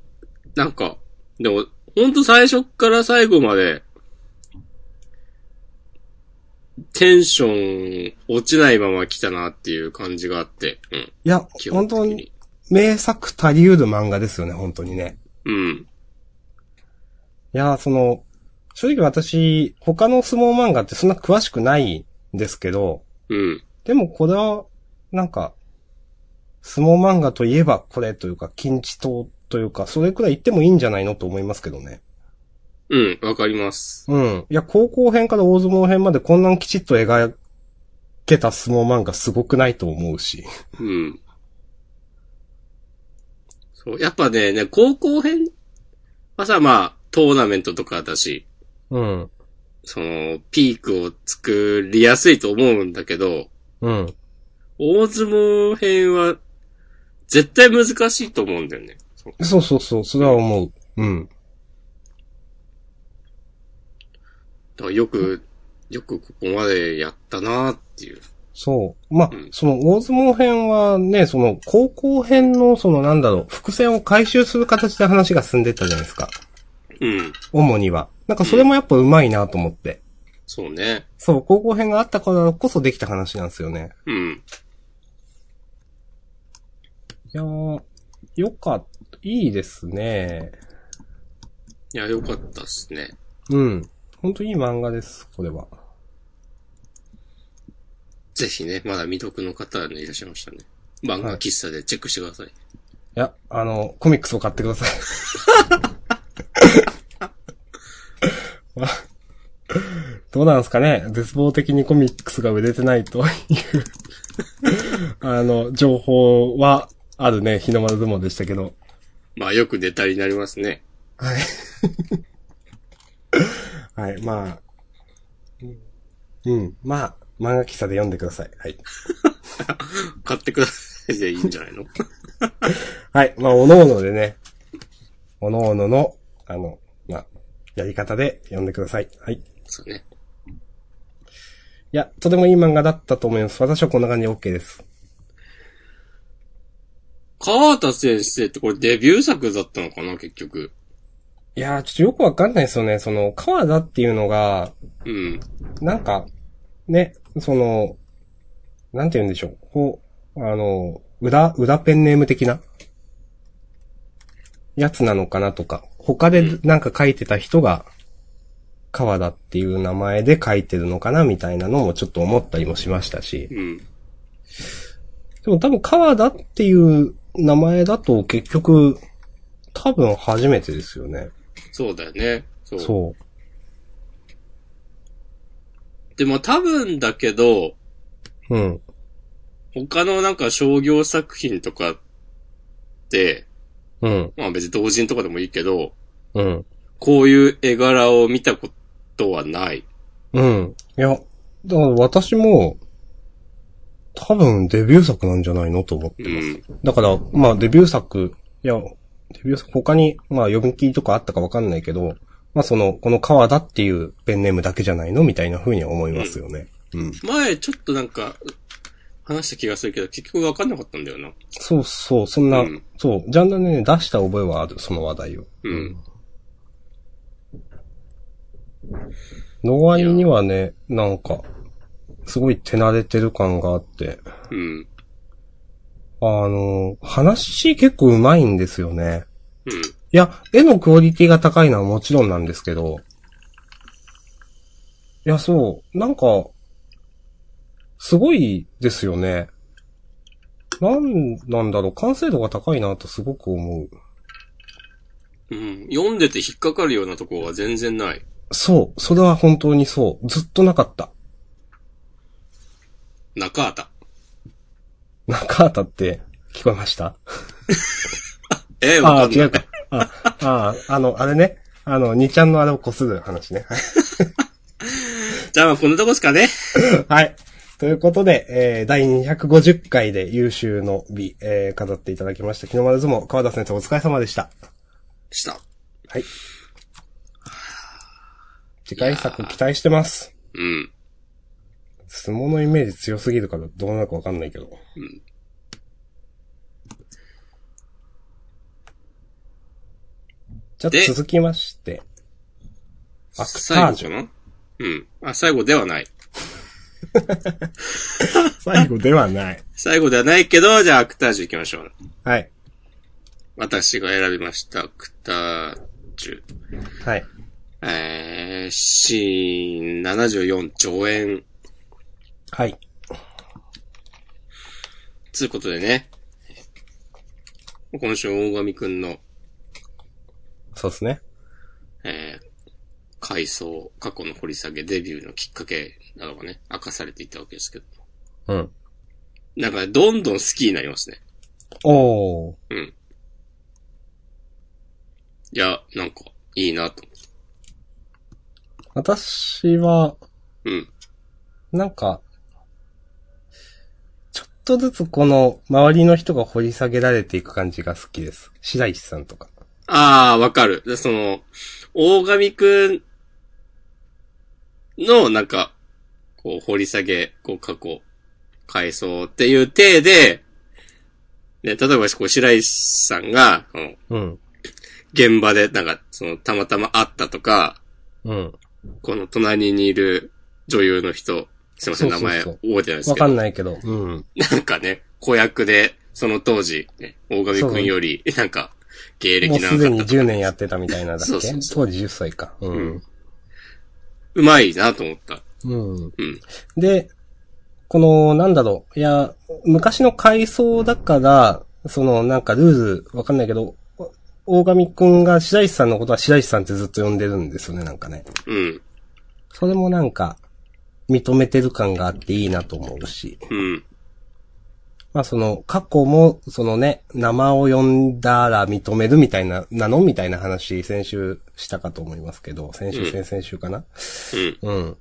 なんか、でも、ほんと最初から最後まで、テンション落ちないまま来たなっていう感じがあって、うん、
いや
基、本
本
的
当に
に。
名作足り得る漫画ですよね、本当にね。
うん。
いやー、その、正直私、他の相撲漫画ってそんな詳しくないんですけど、
うん。
でもこれは、なんか、相撲漫画といえばこれというか、金字塔というか、それくらい言ってもいいんじゃないのと思いますけどね。
うん、わかります。
うん。いや、高校編から大相撲編までこんなんきちっと描けた相撲漫画すごくないと思うし。
うん。そう、やっぱね、ね、高校編はさ、まあ、トーナメントとかだし、
うん。
その、ピークを作りやすいと思うんだけど、
うん。
大相撲編は、絶対難しいと思うんだよね。
そうそうそう、それは思う。うん。
だからよく、よくここまでやったなっていう。
そう。まあ
うん、
その大相撲編はね、その高校編のそのなんだろう、伏線を回収する形で話が進んでったじゃないですか。
うん。
主には。なんかそれもやっぱ上手いなと思って。
そうね。
そう、高校編があったからこそできた話なんですよね。
うん。
いやー、よかった、いいですね。
いや、よかったっすね。
うん。ほんといい漫画です、これは。
ぜひね、まだ未読の方ね、いらっしゃいましたね。漫画喫茶でチェックしてください。
いや、あの、コミックスを買ってください。 どうなんですかね絶望的にコミックスが売れてないという、あの、情報はあるね、日の丸相撲でしたけど。
まあ、よくネタになりますね。
はい。はい、まあ。うん、まあ、漫画喫茶で読んでください。はい。
買ってくださいでいいんじゃないの
はい。まあ、おのおのでね。おのおのの、あの、まあ、やり方で読んでください。はい。い
そうね。
や、とてもいい漫画だったと思います。私はこんな感じで OK です。
川田先生ってこれデビュー作だったのかな、結局。
いやー、ちょっとよくわかんないですよね。その、川田っていうのが、
うん。
なんか、ね、その、なんて言うんでしょう。こう、あの、裏、裏ペンネーム的な、やつなのかなとか、他でなんか書いてた人が、川田っていう名前で書いてるのかなみたいなのもちょっと思ったりもしましたし。
うん。
でも多分川田っていう名前だと結局、多分初めてですよね。
そうだよね。そう。
そ
でも多分だけど、
う。うん。
他のなんか商業作品とかって、
うん。
まあ別に同人とかでもいいけど、
うん。
こういう絵柄を見たことはない。
うん。いや、だから私も、多分デビュー作なんじゃないのと思って
う
ます。
ん。
だから、まあデビュー作、いや、デビュー作、他に、まあ読み切りとかあったかわかんないけど、まあその、この川田っていうペンネームだけじゃないのみたいな風には思いますよね。うん。
前ちょっとなんか、話した気がするけど、結局わかんなかったんだよな。
そうそう、そんな、
うん
そう、ジャンダンでね、出した覚えはある、その話題を。
うん。
の割にはね、なんか、すごい手慣れてる感があって、
うん。
あの、話結構うまいんですよね。
うん。
いや、絵のクオリティが高いのはもちろんなんですけど、いや、そう、なんか、すごいですよね。なんなんだろう、完成度が高いなとすごく思う。
うん。読んでて引っかかるようなとこは全然ない。
そう。それは本当にそう。ずっとなかった。
中畑。
中畑って聞こえました
えー、
あ
わ
あ
か
ー、
んな
違。
いう
か。ああー、あの、あれね。あの、2ちゃんのあれをこする話ね。
じゃあまあこんなとこですかね。
はい。ということで、えー、第250回で優秀の美、えー、飾っていただきました。日の丸相撲、川田先生お疲れ様でした。
した。
はい。次回作期待してます。
うん。
相撲のイメージ強すぎるからどうなるかわかんないけど。じゃあ
で
続きまして。アクタ
最
ー
後
ジ
か
ュ。
なうん。あ、最後ではない。
最後ではない。
最後ではないけど、じゃあアクタージュ行きましょう。
はい。
私が選びました、アクタージュ。
はい。
えー、シーン74兆円。
はい。
つうことでね。今週、大神くんの、
そうですね。
えー、回想、過去の掘り下げ、デビューのきっかけなどがね、明かされていたわけですけど。
うん。
なんか、どんどん好きになりますね。
おー。
うん。いや、なんか、いいなと思って。
私は、
うん。
なんか、ちょっとずつこの周りの人が掘り下げられていく感じが好きです。白石さんとか。
ああ、わかる。でその、大神くんの、なんか、こう、掘り下げ、こう、過去、回想っていう体で、ね、例えば、こう、白石さんが、その、
うん。
現場で、なんか、その、たまたま会ったとか、
うん。
この隣にいる女優の人、すいません、
そう
名
そう
前
そう
覚えてないです
わ
けど
かん。ないけど。うん。
なんかね、子役で、その当時、ね、大神くんより、なんか、芸
も
歴長か
うす
った
でに
とか
10年やってたみたいなだっ
そう
け
そうそ
当時10歳か。うん。
うまいなと思った。
うん。
うん。
で、この、なんだろう。いや、昔の回想だから、その、なんかルールわかんないけど、大神くんが白石さんのことは白石さんってずっと呼んでるんですよね、なんかね。
うん。
それもなんか、認めてる感があっていいなと思うし。
うん。
まあその、過去も、そのね、名前を呼んだら認めるみたいな、なのみたいな話、先週したかと思いますけど、先
う
週、
ん
先々週かな
うん。
うん。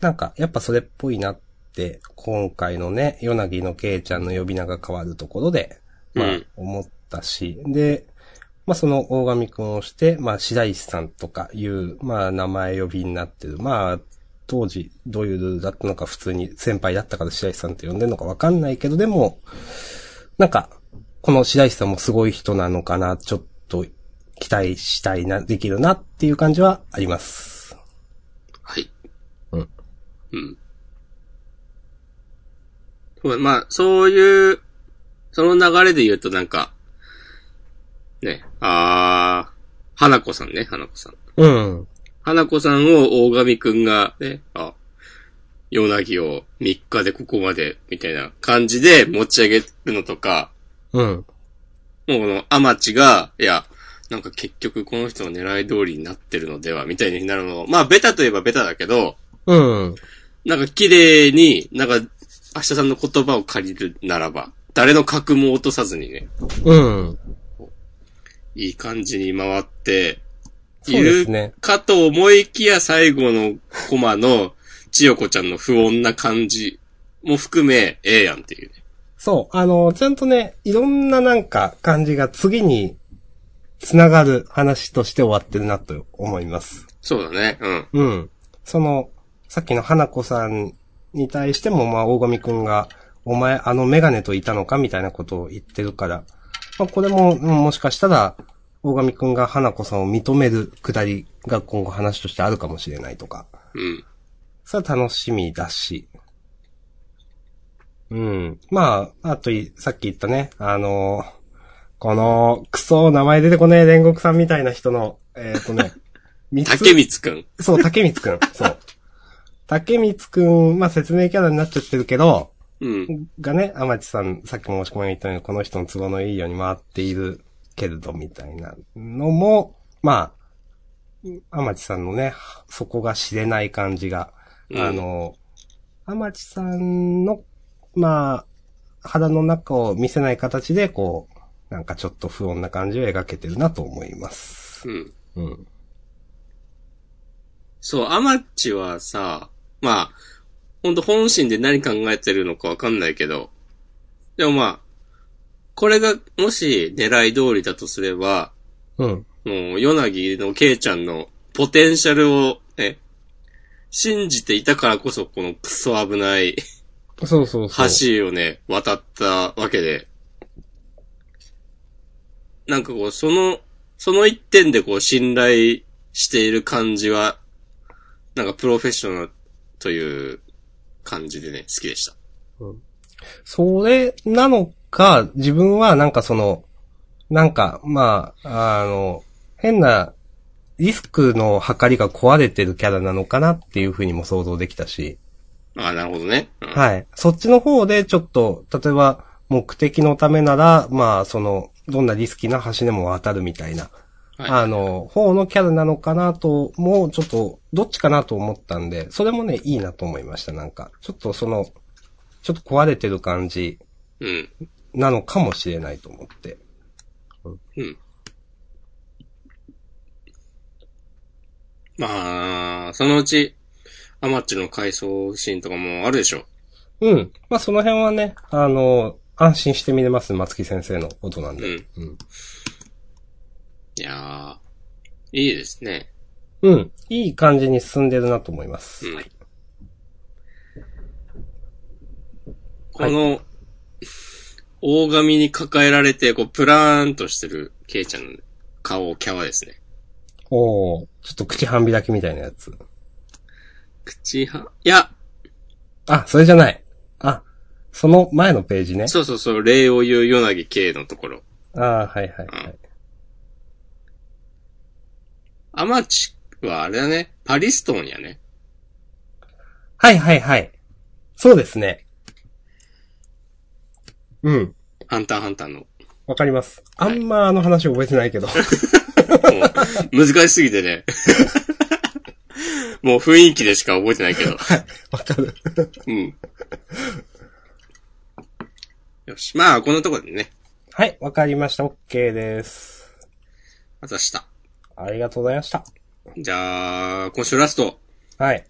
なんか、やっぱそれっぽいなって、今回のね、ヨナギのケイちゃんの呼び名が変わるところで、まあ
うん、
思ったし、で、まあその大神くんをして、まあ白石さんとかいう、まあ名前呼びになってる。まあ、当時どういうルールだったのか普通に先輩だったから白石さんって呼んでるのかわかんないけど、でも、なんか、この白石さんもすごい人なのかな、ちょっと期待したいな、できるなっていう感じはあります。
はい。
うん。
うん。そうまあ、そういう、その流れで言うとなんか、ね、あー、花子さんね、花子さん。
うん。
花子さんを大神くんがね、あ、夜なぎを3日でここまで、みたいな感じで持ち上げるのとか、
うん。
もうこのアマチが、いや、なんか結局この人の狙い通りになってるのでは、みたいになるのをまあベタといえばベタだけど、
うん。
なんか綺麗に、なんか、明日さんの言葉を借りるならば、誰の格も落とさずにね、
うん。
いい感じに回って、
そうですね。
かと思いきや最後のコマの、千代子ちゃんの不穏な感じも含め、ええやんっていうね。
そう。あの、ちゃんとね、いろんななんか感じが次に繋がる話として終わってるなと思います。
そうだね。うん。
うん。その、さっきの花子さんに対しても、まあ、大神くんが、お前、あのメガネといたのかみたいなことを言ってるから。まあ、これも、うんもしかしたら、大神くんが花子さんを認めるくだりが今後話としてあるかもしれないとか。
うん。
それは楽しみだし。うん。まあ、あとい、さっき言ったね、あのーこの、クソ、名前出てこねえ煉獄さんみたいな人の、えっ、とね、三つ
竹光くん。
そう、竹光くん。そう。竹光くん、まあ説明キャラになっちゃってるけど、
うん。
がね、天地さん、さっきも押し込みが言ったように、この人の都合のいいように回っているけれどみたいなのも、まあ、天地さんのね、そこが知れない感じが、
うん
あの、天地さんの、まあ、腹の中を見せない形で、こう、なんかちょっと不穏な感じを描けてるなと思います。
うん。
うん。
そう、アマッチはさ、まあ、ほんと本心で何考えてるのかわかんないけど、でもまあ、これがもし狙い通りだとすれば、
うん。
もう、ヨナギのケイちゃんのポテンシャルをね、信じていたからこそこのクソ危ない
そうそうそう。
橋をね、渡ったわけで、なんかこう、その、その一点でこう、信頼している感じは、なんかプロフェッショナルという感じでね、好きでした。
それなのか、自分はなんかその、なんか、まあ、あの、変な、リスクの測りが壊れてるキャラなのかなっていうふうにも想像できたし、
ああ、なるほどね。うん
はい。そっちの方でちょっと、例えば、目的のためなら、まあ、その、どんなリスキーな橋でも渡るみたいな、
はい
あの、方のキャラなのかなと、もうちょっと、どっちかなと思ったんで、それもね、いいなと思いました、なんか。ちょっとその、ちょっと壊れてる感じ、
うん。
なのかもしれないと思って。
うん。まあ、そのうち、アマッチの回想シーンとかもあるでしょ。
うん。まあ、その辺はね、あの、安心して見れます、松木先生のことなん
う
で。
ん。
うん。
いやー、いいですね。
うん。いい感じに進んでるなと思います。
うん。この、大神に抱えられて、こう、プラーンとしてる、ケイちゃんの顔、キャワですね。
おお、ちょっと口半開きみたいなやつ。
口は、いや、
あ、それじゃない。あ、その前のページね。
そうそうそう、礼を言うヨナギケイのところ。
ああ、はいはいはい。
アマチはあれだね、パリストンやね。
はいはいはい。そうですね。うん。
ハンターハンターの。
わかります。あんまあの話覚えてないけど。
もう難 しすぎてね。もう雰囲気でしか覚えてないけど。
わかる。
うん。 よし。まあ、こんなとこでね。
はい、わかりました。OK です。
またした。
ありがとうございました。
じゃあ、今週ラスト。
はい。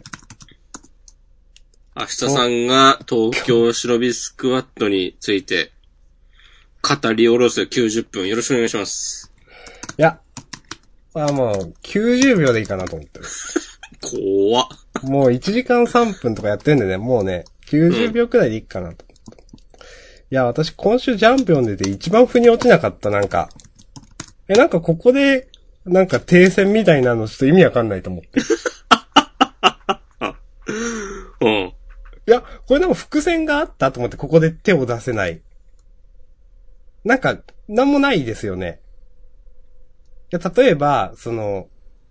明日さんが東京忍びスクワットについて語り下ろす90分よろしくお願いします。
いや、あもう、90秒でいいかなと思ってる。
怖っ。
もう1時間3分とかやってんでね、もうね、90秒くらいでいいかなと思っていや、私今週ジャンプ読んでて一番腑に落ちなかった、なんか。え、なんかここで、なんか停戦みたいなのちょっと意味わかんないと思って。い
うん。
や、これでも伏線があったと思ってここで手を出せない。なんか、なんもないですよね。いや、例えば、その、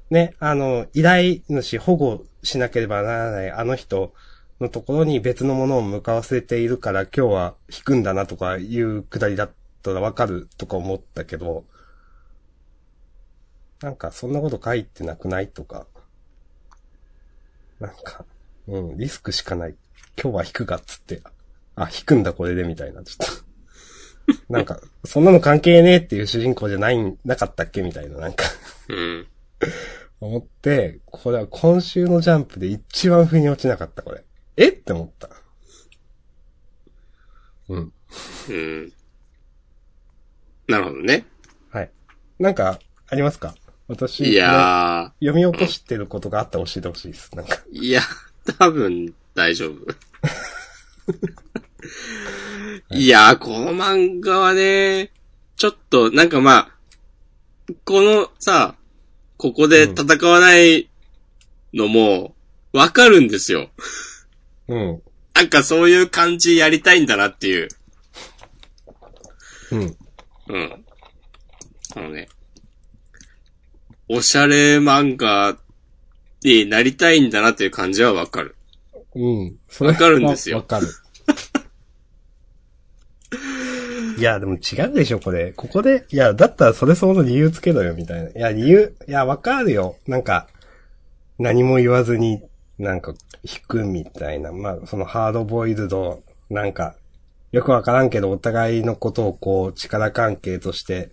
ね、あの、依頼主保護しなければならないあの人のところに別のものを向かわせているから今日は引くんだなとかいうくだりだったらわかるとか思ったけど、なんかそんなこと書いてなくないとか、なんか、うん、リスクしかない。今日は引くがっつって、あ、引くんだこれでみたいな、ちょっと。 なんか、そんなの関係ねえっていう主人公じゃないん、なかったっけみたいな、なんか。
うん。
思って、これは今週のジャンプで一番腑に落ちなかった、これ。えって思った。うん。
うん。なるほどね。
はい。なんか、ありますか私、
いや
ね読み起こしてることがあったら教えてほしいです。なんか。
ー。いや、多分大丈夫。いやー、この漫画はね、ちょっと、なんかまあ、このさ、ここで戦わないのも、わかるんですよ。
うん。
なんかそういう感じやりたいんだなっていう。
うん。
うん。あのね。おしゃれ漫画になりたいんだなっていう感じはわかる。
うん。それは
わかるんですよ
わかる。いや、でも違うでしょ、これ。ここで、いや、だったらそれ相応の理由つけろよ、みたいな。いや、理由、いや、わかるよ。なんか、何も言わずに、なんか、引くみたいな。まあ、そのハードボイルド、なんか、よくわからんけど、お互いのことをこう、力関係として、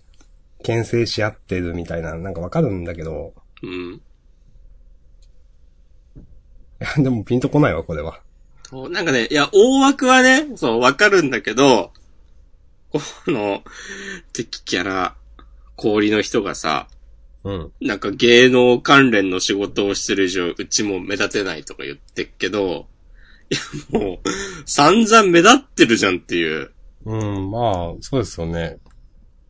牽制し合ってるみたいな、なんかわかるんだけど、
うん。
いやでもピンとこないわ、これは。
そう、なんかね、いや、大枠はね、そう、わかるんだけど、この、敵キャラ、氷の人がさ、
うん。
なんか芸能関連の仕事をしてる以上、うちも目立てないとか言ってっけど、いや、もう、散々目立ってるじゃんっていう。
うん、まあ、そうですよね。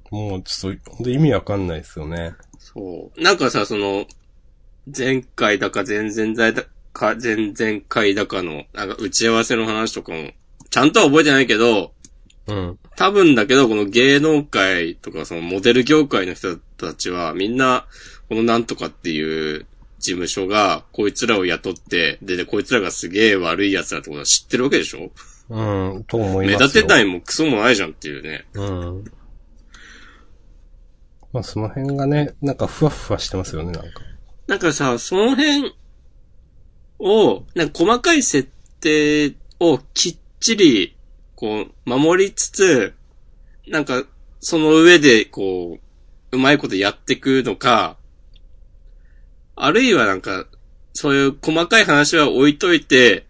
もう、ちょっと、ほんと意味わかんないですよね。
そう。なんかさ、その、前回だか前々回だか、前々回だかの、なんか打ち合わせの話とかも、ちゃんとは覚えてないけど、
うん。
多分だけど、この芸能界とか、そのモデル業界の人たちは、みんな、このなんとかっていう事務所が、こいつらを雇って、で、でこいつらがすげえ悪い奴だってことは知ってるわけでしょ
うん、と思い
目
ますよ。。
立てないいもクソもないじゃんっていうね。
うん。まあ、その辺がね、なんかふわふわしてますよね、なんか。
なんかさ、その辺を、なんか細かい設定をきっちり、こう、守りつつ、なんか、その上で、こう、うまいことやってくのか、あるいはなんか、そういう細かい話は置いといて、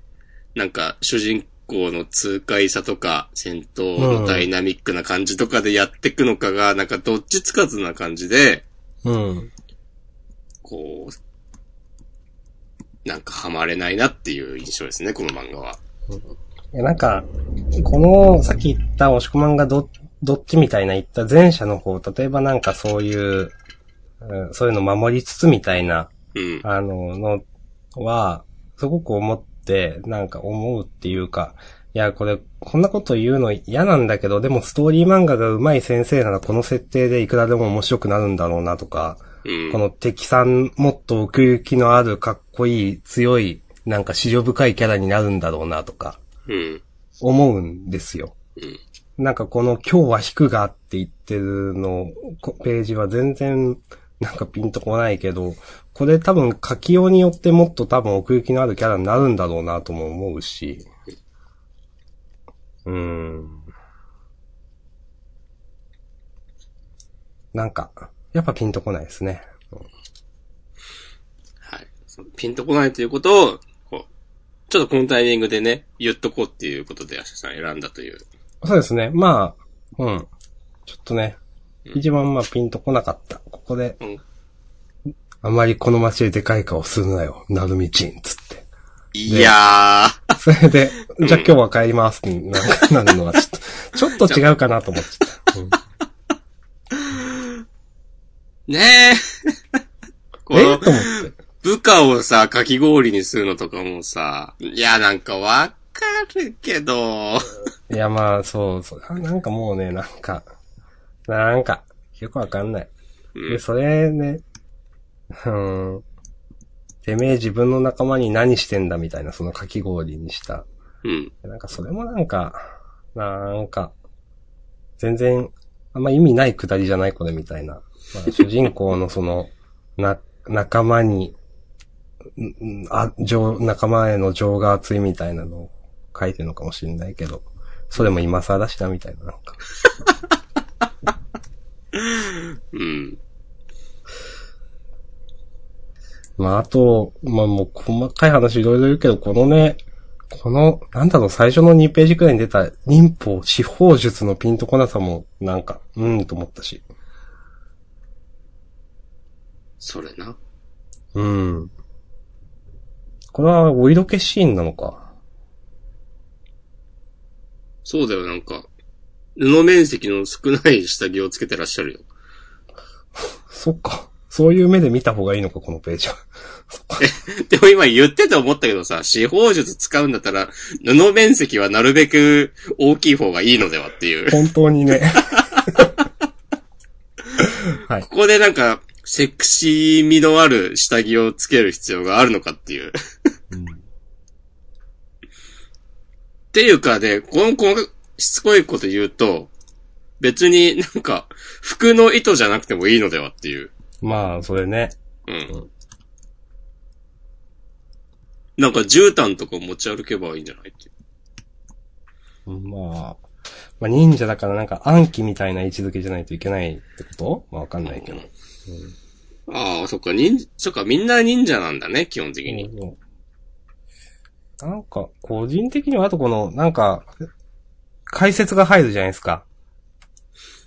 なんか、主人公の痛快さとか、戦闘のダイナミックな感じとかでやってくのかが、なんかどっちつかずな感じで、
うん。
こう、なんかハマれないなっていう印象ですね、この漫画は。
いや、なんか、この、さっき言った押し込まんがど、どっちみたいな言った前者の方、例えばなんかそういう、うんそういうの守りつつみたいな
うん。
あの、のは、すごく思って、なんか思うっていうか、いや、これ、こんなこと言うの嫌なんだけど、でもストーリー漫画が上手い先生ならこの設定でいくらでも面白くなるんだろうなとか、
うん。
この敵さんもっと奥行きのあるかっこいい強い、なんか市場深いキャラになるんだろうなとか、
うん。
思うんですよ。
うん。
なんかこの今日は引くがって言ってるの、こページは全然なんかピンとこないけど、これ多分書きようによってもっと多分奥行きのあるキャラになるんだろうなとも思うし。うーん。なんか、やっぱピンとこないですね。
はい。そのピンとこないということを、こう、ちょっとこのタイミングでね、言っとこうっていうことで、アシャさん選んだという。
そうですね。まあ、うん。ちょっとね、一番まあピンとこなかった。ここで、
うん。
あまりこの街ででかい顔するなよ、なるみちん、つって。
いやー。
それで、じゃあ今日は帰りますってななるのはち ょっと、ちょっと違うかなと思っちゃった。うん
ねえ。 こ
え
の
と思って。
部下をさ、かき氷にするのとかもさ、いや、なんかわかるけど、
いやまあ、そうそうあ。なんかもうね、なんか、なんか、よくわかんない。
う
で、
ん。
それね、うん。てめえ自分の仲間に何してんだみたいな、そのかき氷にした。
うん。
なんかそれもなんか、なんか、全然、あんま意味ないくだりじゃないこれみたいな。まあ、主人公のその、 な、仲間に、んんあ、情、仲間への情が熱いみたいなのを書いてるのかもしれないけど、それも今更だしなみたいな、なんか。
うん。
まあ、あと、まあもう細かい話いろいろ言うけど、このね、この、なんだろう、最初の2ページくらいに出た、忍法、司法術のピンとこなさも、なんか、うーんと思ったし。
それな。
うん。これはお色気シーンなのか。
そうだよ、なんか。布面積の少ない下着をつけてらっしゃるよ。
そっか。そういう目で見た方がいいのか、このページは。そっか。
でも今言ってて思ったけどさ、司法術使うんだったら、布面積はなるべく大きい方がいいのではっていう。
本当にね。はい。
ここでなんか、セクシー味のある下着をつける必要があるのかっていう。っていうかね、この、この、しつこいこと言うと、別になんか、服の糸じゃなくてもいいのではっていう。
まあ、それね。
うん。なんか絨毯とか持ち歩けばいいんじゃないっていう。
まあ、まあ忍者だからなんか暗記みたいな位置づけじゃないといけないってことまあわかんないけど。
ああ、そっか、忍、そっか、みんな忍者なんだね、基本的に。
うんなんか、個人的にはあとこの、なんか、解説が入るじゃないですか。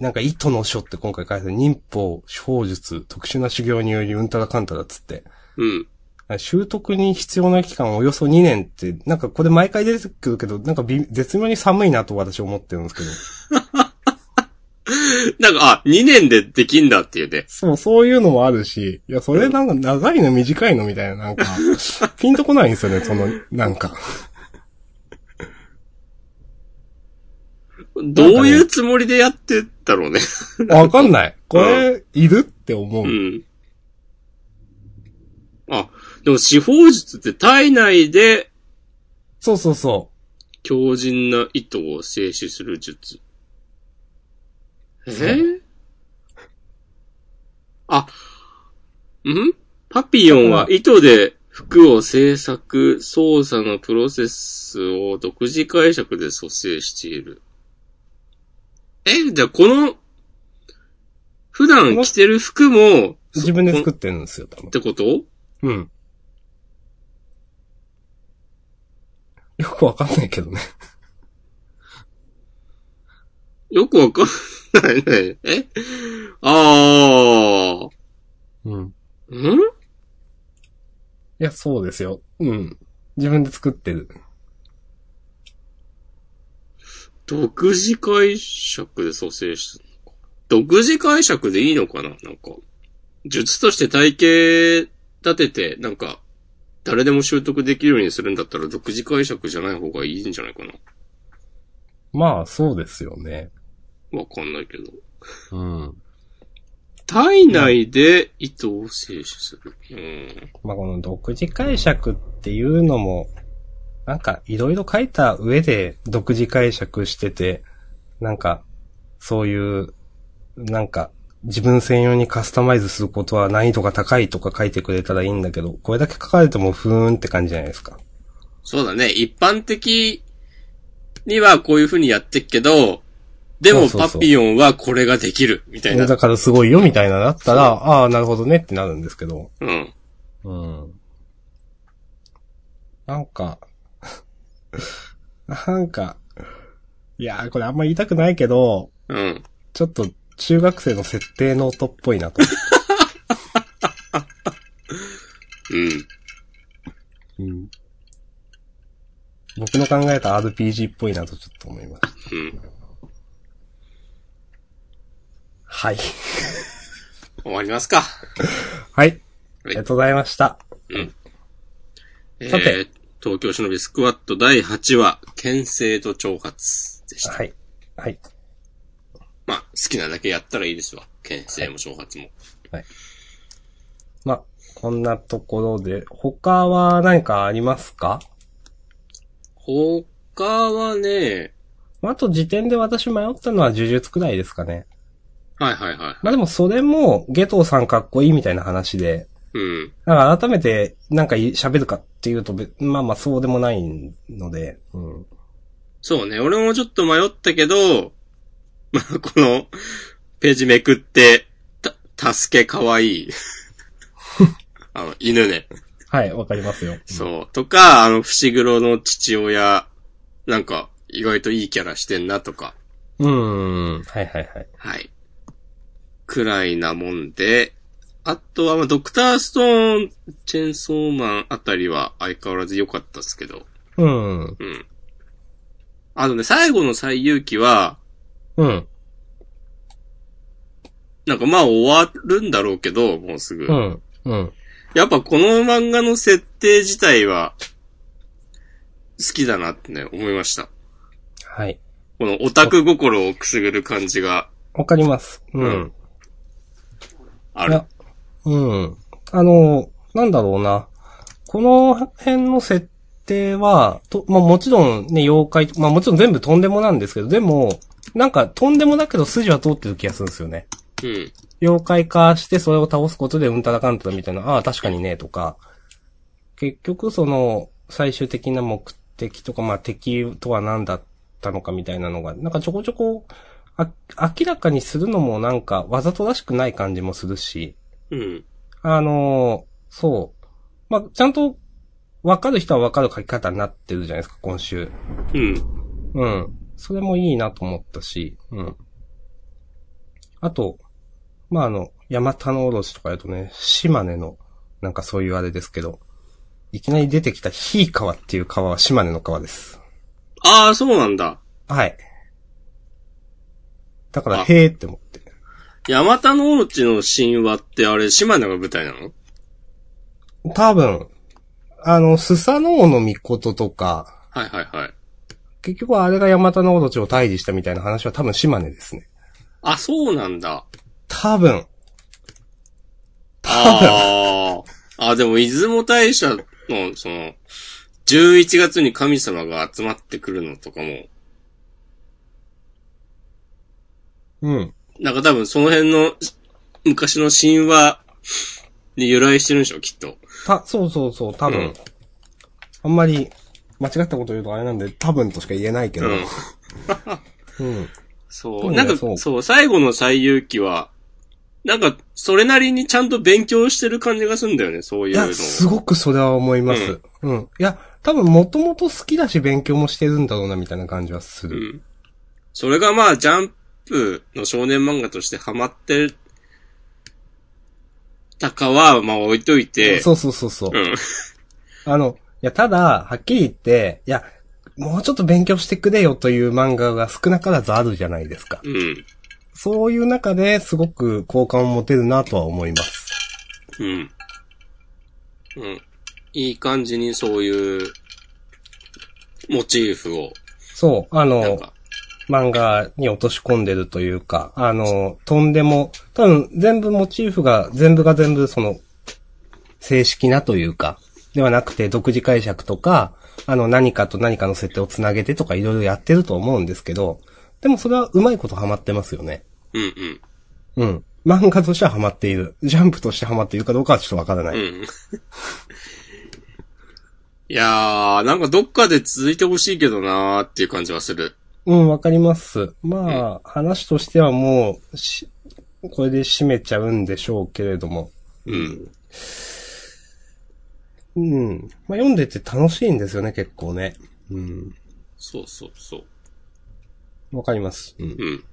なんか、糸の書って今回解説、忍法、小術、特殊な修行によりうんたらかんたらっつって。
うん。
習得に必要な期間およそ2年って、なんかこれ毎回出てくるけど、なんか微絶妙に寒いなと私思ってるんです けど。
なんか、あ、2年でできんだっていうね。
そう、そういうのもあるし、いや、それなんか長いの短いのみたいな、 なんか、ピンとこないんですよね、その、なんか。
どういうつもりでやってたろうね。
わかんない。これ、いるって思う
う。ん。あ、でも司法術って体内で
そうそうそ
強靭な糸を静止する術。え
そう
あ、んパピヨンは糸で服を制作、操作のプロセスを独自解釈で蘇生している。え、じゃあこの、普段着てる服も、
う。自分で作ってるんですよ、多
っ
分。
てこと
うん。よくわかんないけどね。
よくわかんないね。えあ
うん。
ー。ん
いや、そうですよ。うん。自分で作ってる。
独自解釈で蘇生したのか。独自解釈でいいのかななんか。術として体系立てて、なんか、誰でも習得できるようにするんだったら独自解釈じゃない方がいいんじゃないかな
まあ、そうですよね。
わかんないけど。
うん。
体内で糸を静止する。うん。
まあ、この独自解釈っていうのも、なんか、いろいろ書いた上で独自解釈してて、なんか、そういう、なんか、自分専用にカスタマイズすることは難易度が高いとか書いてくれたらいいんだけど、これだけ書かれてもふーんって感じじゃないですか。
そうだね。一般的にはこういう風にやってっけど、でも
そうそうそう
パピヨンはこれができる、みたいな。
だからすごいよみたいなのだったら、ああ、なるほどねってなるんですけど。
うん。
うん。なんか、 なんか、いやーこれあんま言いたくないけど、
うん。
ちょっと中学生の設定の音っぽいなと。
うん。
うん僕の考えた RPG っぽいなとちょっと思います。
うん。
はい。
終わりますか。
はい。ありがとうございました。
え
さ
ー
て、
東京忍びスクワット第8話、牽制と挑発でした。
はい。はい。
まあ、好きなだけやったらいいですわ。牽制も挑発も。
まあ、こんなところで、他は何かありますか
他はね、
まああと時点で私迷ったのは呪術くらいですかね。
はいはいは
まあでもそれも、ゲトウさんかっこいいみたいな話で、
い。うん。
なんか改めてなんかい喋るかっていうとべ、まあまあそうでもないので、うん。
そうね、俺もちょっと迷ったけど、まあ、この、ページめくって、た、助けかわい い。あの、犬ね。
はい、わかりますよ。
そう。とか、あの、伏黒の父親、なんか、意外といいキャラしてんなとか、
うーん。はいはいはい。
はい。くらいなもんで、あとは、まあ、ドクターストーン、チェンソーマンあたりは相変わらず良かったですけど、
うん。
うん。あとね、最後の最勇気は、
うん。
なんかまあ終わるんだろうけど、もうすぐ。
うん。うん。
やっぱこの漫画の設定自体は、好きだなってね、思いました。
はい。
このオタク心をくすぐる感じが
わかります。うん。
あ
い
る
や。うん。あの、なんだろうな。この辺の設定は、と、まあもちろんね、妖怪、まあもちろん全部とんでもなんですけど、でも、なんか、とんでもだけど筋は通ってる気がするんですよね。
うん。
妖怪化してそれを倒すことでうんたらかんたらみたいな、ああ、確かにね、とか、結局その、最終的な目的とか、まあ敵とは何だったのかみたいなのが、なんかちょこちょこ、あ、明らかにするのもなんかわざとらしくない感じもするし、
うん。
あのーそう。まあ、ちゃんと、わかる人はわかる書き方になってるじゃないですか、今週。
うん。
うん。それもいいなと思ったし、うん。あと、まあ、あの、山田のおろしとかやるとね、島根の、なんかそういうあれですけど、いきなり出てきたひい川っていう川は島根の川です。
ああ、そうなんだ。
はい。だから、
あ
へえって思って。
ヤマタノオロチの神話ってあれ、島根が舞台なの
多分、あの、スサノオノミコトとか、
はいはいはい。
結局あれが山田のおろちを退治したみたいな話は多分島根ですね。
あ、そうなんだ。
多分、
ああ。あ、でも、出雲大社の、その、11月に神様が集まってくるのとかも、
うん。
なんか多分その辺の昔の神話に由来してるんでしょ、きっと。
た、そうそうそう、多分。
うん
あんまり、間違ったこと言うとあれなんで、多分としか言えないけど。
うん。
うん。
そ。
そううね
なんか、
そう
そう、最後の最遊記は、なんか、それなりにちゃんと勉強してる感じがするんだよね、そうい
いう
のを
や、すごくそれは思います。うん。いや、多分もともと好きだし勉強もしてるんだろうな、みたいな感じはす
う
る。
ん。それがまあ、ジャンプの少年漫画としてハマってたかは、まあ置いといて、
そうそうそうそう。
うん。
あの、いや、ただ、はっきり言って、いや、もうちょっと勉強してくれよという漫画が少なからずあるじゃないですか。
うん。
そういう中ですごく好感を持てるなとは思います。
うん。うん。いい感じにそういう、モチーフを、
そう、
な
あ
ん
の、
か、
漫画に落とし込んでるというか、あの、とんでも、多分全部モチーフが、全部が全部その、正式なというか、ではなくて独自解釈とか、あの何かと何かの設定をつなげてとかいろいろやってると思うんですけど、でもそれはうまいことハマってますよね。
うんうん。
うん。漫画としてはハマっている。ジャンプとしてハマっているかどうかはちょっとわからない。
うん。 いやー、なんかどっかで続いてほしいけどなーっていう感じはする。
うん、わかります。まあ、話としてはもう、し、これで締めちゃうんでしょうけれども。
うん。
うん。まあ、読んでて楽しいんですよね、結構ね。うん。
そうそうそう。
わかります。うん。
うん。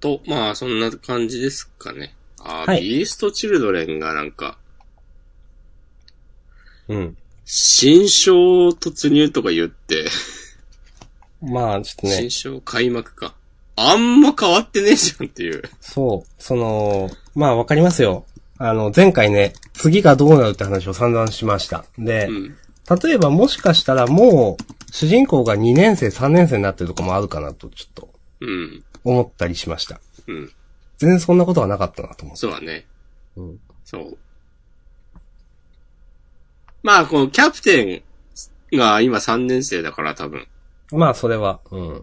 と、まあ、そんな感じですかね。あー、
はい
ビーストチルドレンがなんか、
うん。
新章突入とか言って、
まあ、ちょっとね
新、章開幕か。あんま変わってねえじゃんっていう。
そう、その、まあ、わかりますよ。あの、前回ね、次がどうなるって話を散々しました。で
う、ん。
例えばもしかしたらもう、主人公が2年生、3年生になってるとこもあるかなと、ちょっと、
うん。
思ったりしました。
うん。
全然そんなことはなかったなと思
そうだね。
う。うん。
そう。まあ、このキャプテンが今3年生だから多分。
まあ、それは、うん。
っ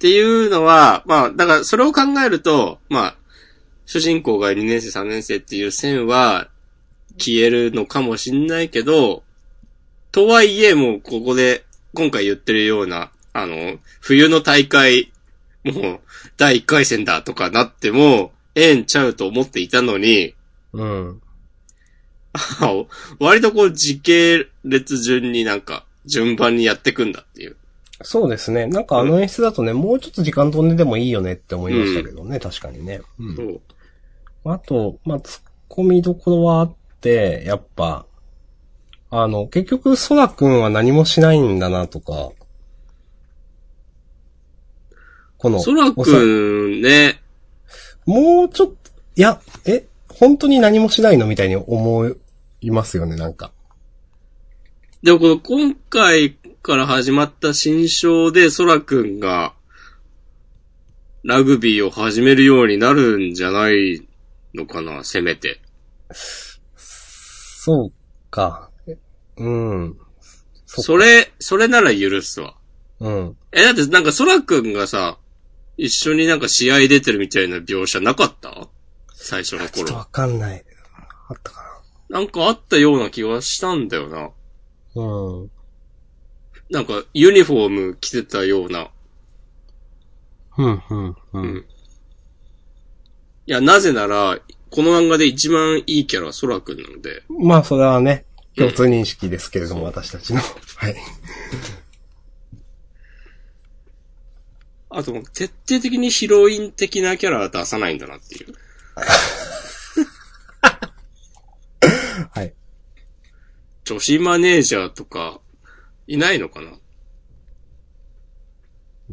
ていうのは、まあ、だからそれを考えると、まあ、主人公が2年生3年生っていう線は消えるのかもしんないけど、とはいえもうここで今回言ってるような、あの、冬の大会、もう第1回戦だとかなっても、ええんちゃうと思っていたのに、
うん。
あお割とこう時系列順になんか順番にやってくんだっていう。
そうですね。なんかあの演出だとね、もうちょっと時間飛んででもいいよねって思いましたけどね、確かにね。うん
そう。
あと、まあ、突っ込みどころはあって、やっぱ、あの、結局、ソラくんは何もしないんだなとか、この、
そら
お
くんね、
もうちょっと、いや、え、本当に何もしないのみたいに思いますよね、なんか。
でもこの今回から始まった新章で空くんがラグビーを始めるようになるんじゃないのかな、せめて。
そうか。えうん。
そ
そ
れ、それなら許すわ。
うん。
え、だってなんか空くんがさ、一緒になんか試合出てるみたいな描写なかった最初の
ちょっと
頃。
わかんない。あったか
なんかあったような気がしたんだよな。
な。うん。
なんかユニフォーム着てたような。
うん、うん、う
うん。いや、なぜなら、この漫画で一番いいキャラは空くんなので。
ん。まあ、それはね、共通認識ですけれども、私たちの。はい。
あと、徹底的にヒロイン的なキャラは出さないんだなっていう。
はい。
女子マネージャーとか、いないのかな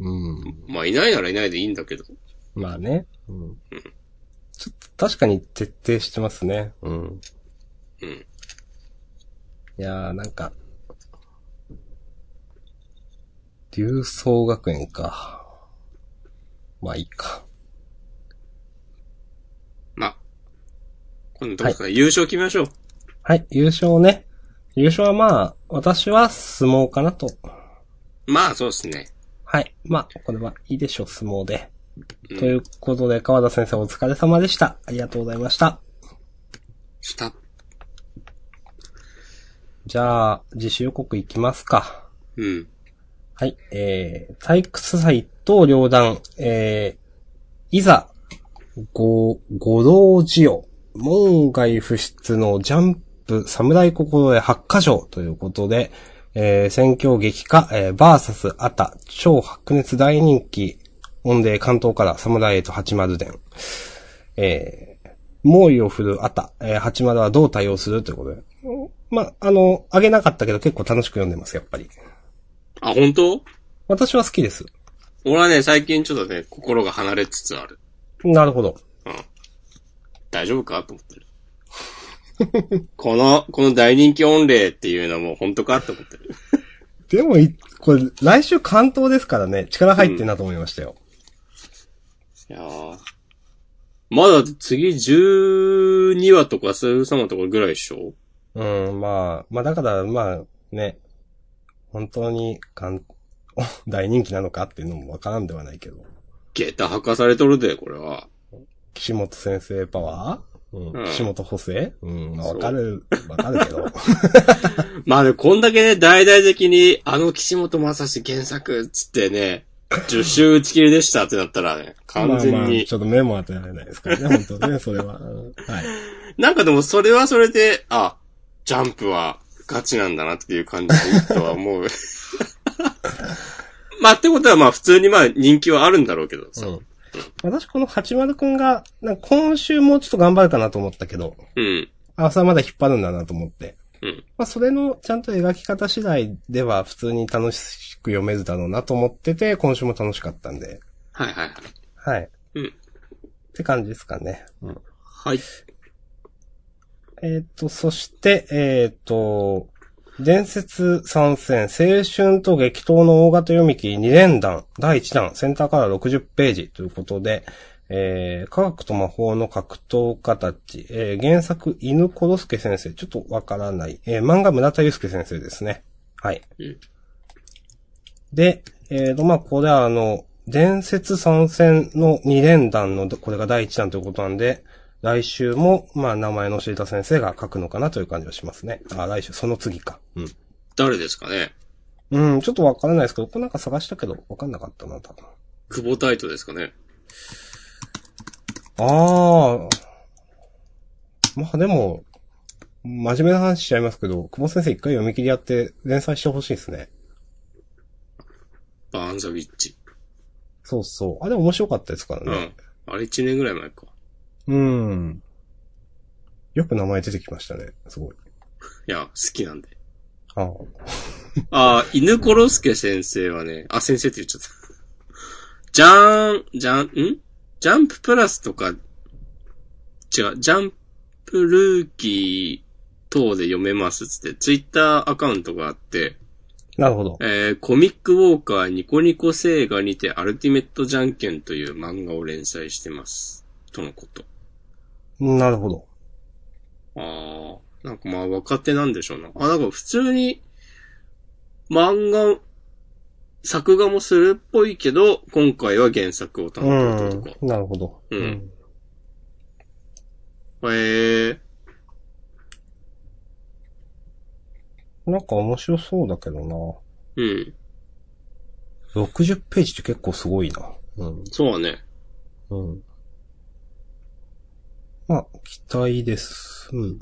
うん。
まあ、いないならいないでいいんだけど。
まあね。うん。ちょっと確かに徹底してますね。うん。
うん。
いやー、なんか、竜宗学園か。まあいいか。
まあ、今度どうか優勝決めましょう。
はい、優勝ね。優勝はまあ、私は相撲かなと。
まあ、そうですね。
はい。まあ、これはいいでしょう、相撲で。
うん
ということで、川田先生お疲れ様でした。ありがとうございました。
した。
じゃあ、自主予告いきますか。
うん。
はい、えー、体育祭と両断、えー、いざ、ご、ご老寺よ、門外不出のジャンプ、侍心得8箇所ということで、えー、戦況激化、えー、バーサス、アタ、超白熱大人気、オンデー関東から侍へと八丸伝。えー、猛威を振るアタ、えー、八丸はどう対応するということで。まあ、あの、あげなかったけど結構楽しく読んでます、やっぱり。
あ、本当
私は好きです。
俺はね、最近ちょっとね、心が離れつつある。
なるほど。
大丈夫かと思ってる。この、この大人気御礼っていうのはもう本当かと思ってる。
でもい、これ、来週関東ですからね、力入ってんなと思いましたよ。
いやーまだ次12話とかスー様とかぐらいでしょ
うん、まあ、まあだから、まあ、ね、本当に関、 大人気なのかっていうのもわからんではないけど。
下駄吐かされとるで、これは。
岸本先生パワーう。
うんん
岸本補正うん、まあ
そう
わかる、わかるけ ど。
まあね、こんだけね、大々的に、あの岸本正史原作っつってね、10周打ち切りでしたってなったらね、完全に。
まあまあちょっと目も当てられないですからね、本当ね、それは。うんはい。
なんかでもそれはそれで、あ、ジャンプはガチなんだなっていう感じでとは思う。 まあってことはまあ普通にまあ人気はあるんだろうけどさ。
うん。私この八丸くんが、なんか今週もうちょっと頑張るかなと思ったけど、
うん。
あ、それはまだ引っ張るんだなと思って。
うん。
まあ、それのちゃんと描き方次第では普通に楽しく読めるだろうなと思ってて、今週も楽しかったんで。
はいはいはい。
はい。
うん
って感じですかね。うん。
はい。
えっ、と、そして、えっ、と、伝説参戦、青春と激闘の大型読み切り2連弾、第1弾、センターカラー60ページということで、えー、科学と魔法の格闘家たち、えー、原作、犬コロスケ先生、ちょっとわからない、えー、漫画村田祐介先生ですね。はい。
うん
で、えー、と、まあ、これはあの、伝説参戦の2連弾の、これが第1弾ということなんで、来週も、まあ、名前の知りた先生が書くのかなという感じがしますね。あ、来週、その次か。うん。
誰ですかね
うん、ちょっとわからないですけど、これなんか探したけど、わかんなかったな、多分。
久保タイトですかね
ああ。まあでも、真面目な話しちゃいますけど、久保先生一回読み切りやって連載してほしいですね。
バーンザウィッチ。
そうそう。あ、でも面白かったですから
う
ね
ん。。あれ1年ぐらい前か。
うん。よく名前出てきましたね。すごい。
いや、好きなんで。
ああ。
あー、犬コロスケ先生はね、あ、先生って言っちゃった。じゃーん、じゃん、んジャンププラスとか、違う、ジャンプルーキー等で読めますっつって、ツイッターアカウントがあって、
なるほど。
えー、コミックウォーカーニコニコ星画にてアルティメットジャンケンという漫画を連載してます。とのこと。
なるほど。
ああ、なんかまあ若手なんでしょうな。あ、なんか普通に漫画作画もするっぽいけど、今回は原作を担当とか。
うん。なるほど。
うん
ん。
へえ。
なんか面白そうだけど
うん。
な。60ページって結構すごいな。うん。
そうだね。
うん。まあ、期待です。うん。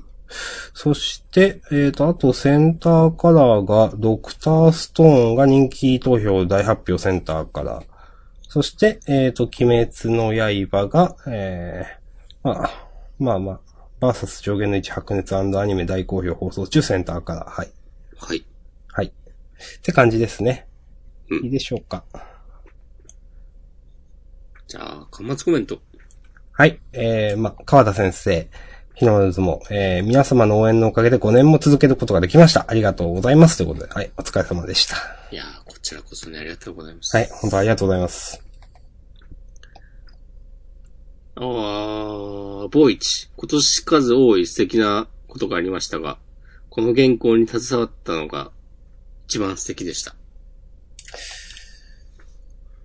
そして、えっ、と、あとセンターカラーが、ドクターストーンが人気投票大発表センターカラー。そして、えっ、と、鬼滅の刃が、えー、まあ、まあまあ、バーサス上限の1白熱アニメ大好評放送中センターカラー。はい。
はい。
はい。って感じですね。
うん
いいでしょうか。
じゃあ、端末コメント。
はい。えー、ま、川田先生、日の丸相撲、えー、皆様の応援のおかげで5年も続けることができました。ありがとうございます。ということで、はい、お疲れ様でした。
いやー、こちらこそね、ありがとうございます。
はい、本当ありがとうございます。
あー、ボイチ。今年数多い素敵なことがありましたが、この原稿に携わったのが一番素敵でした。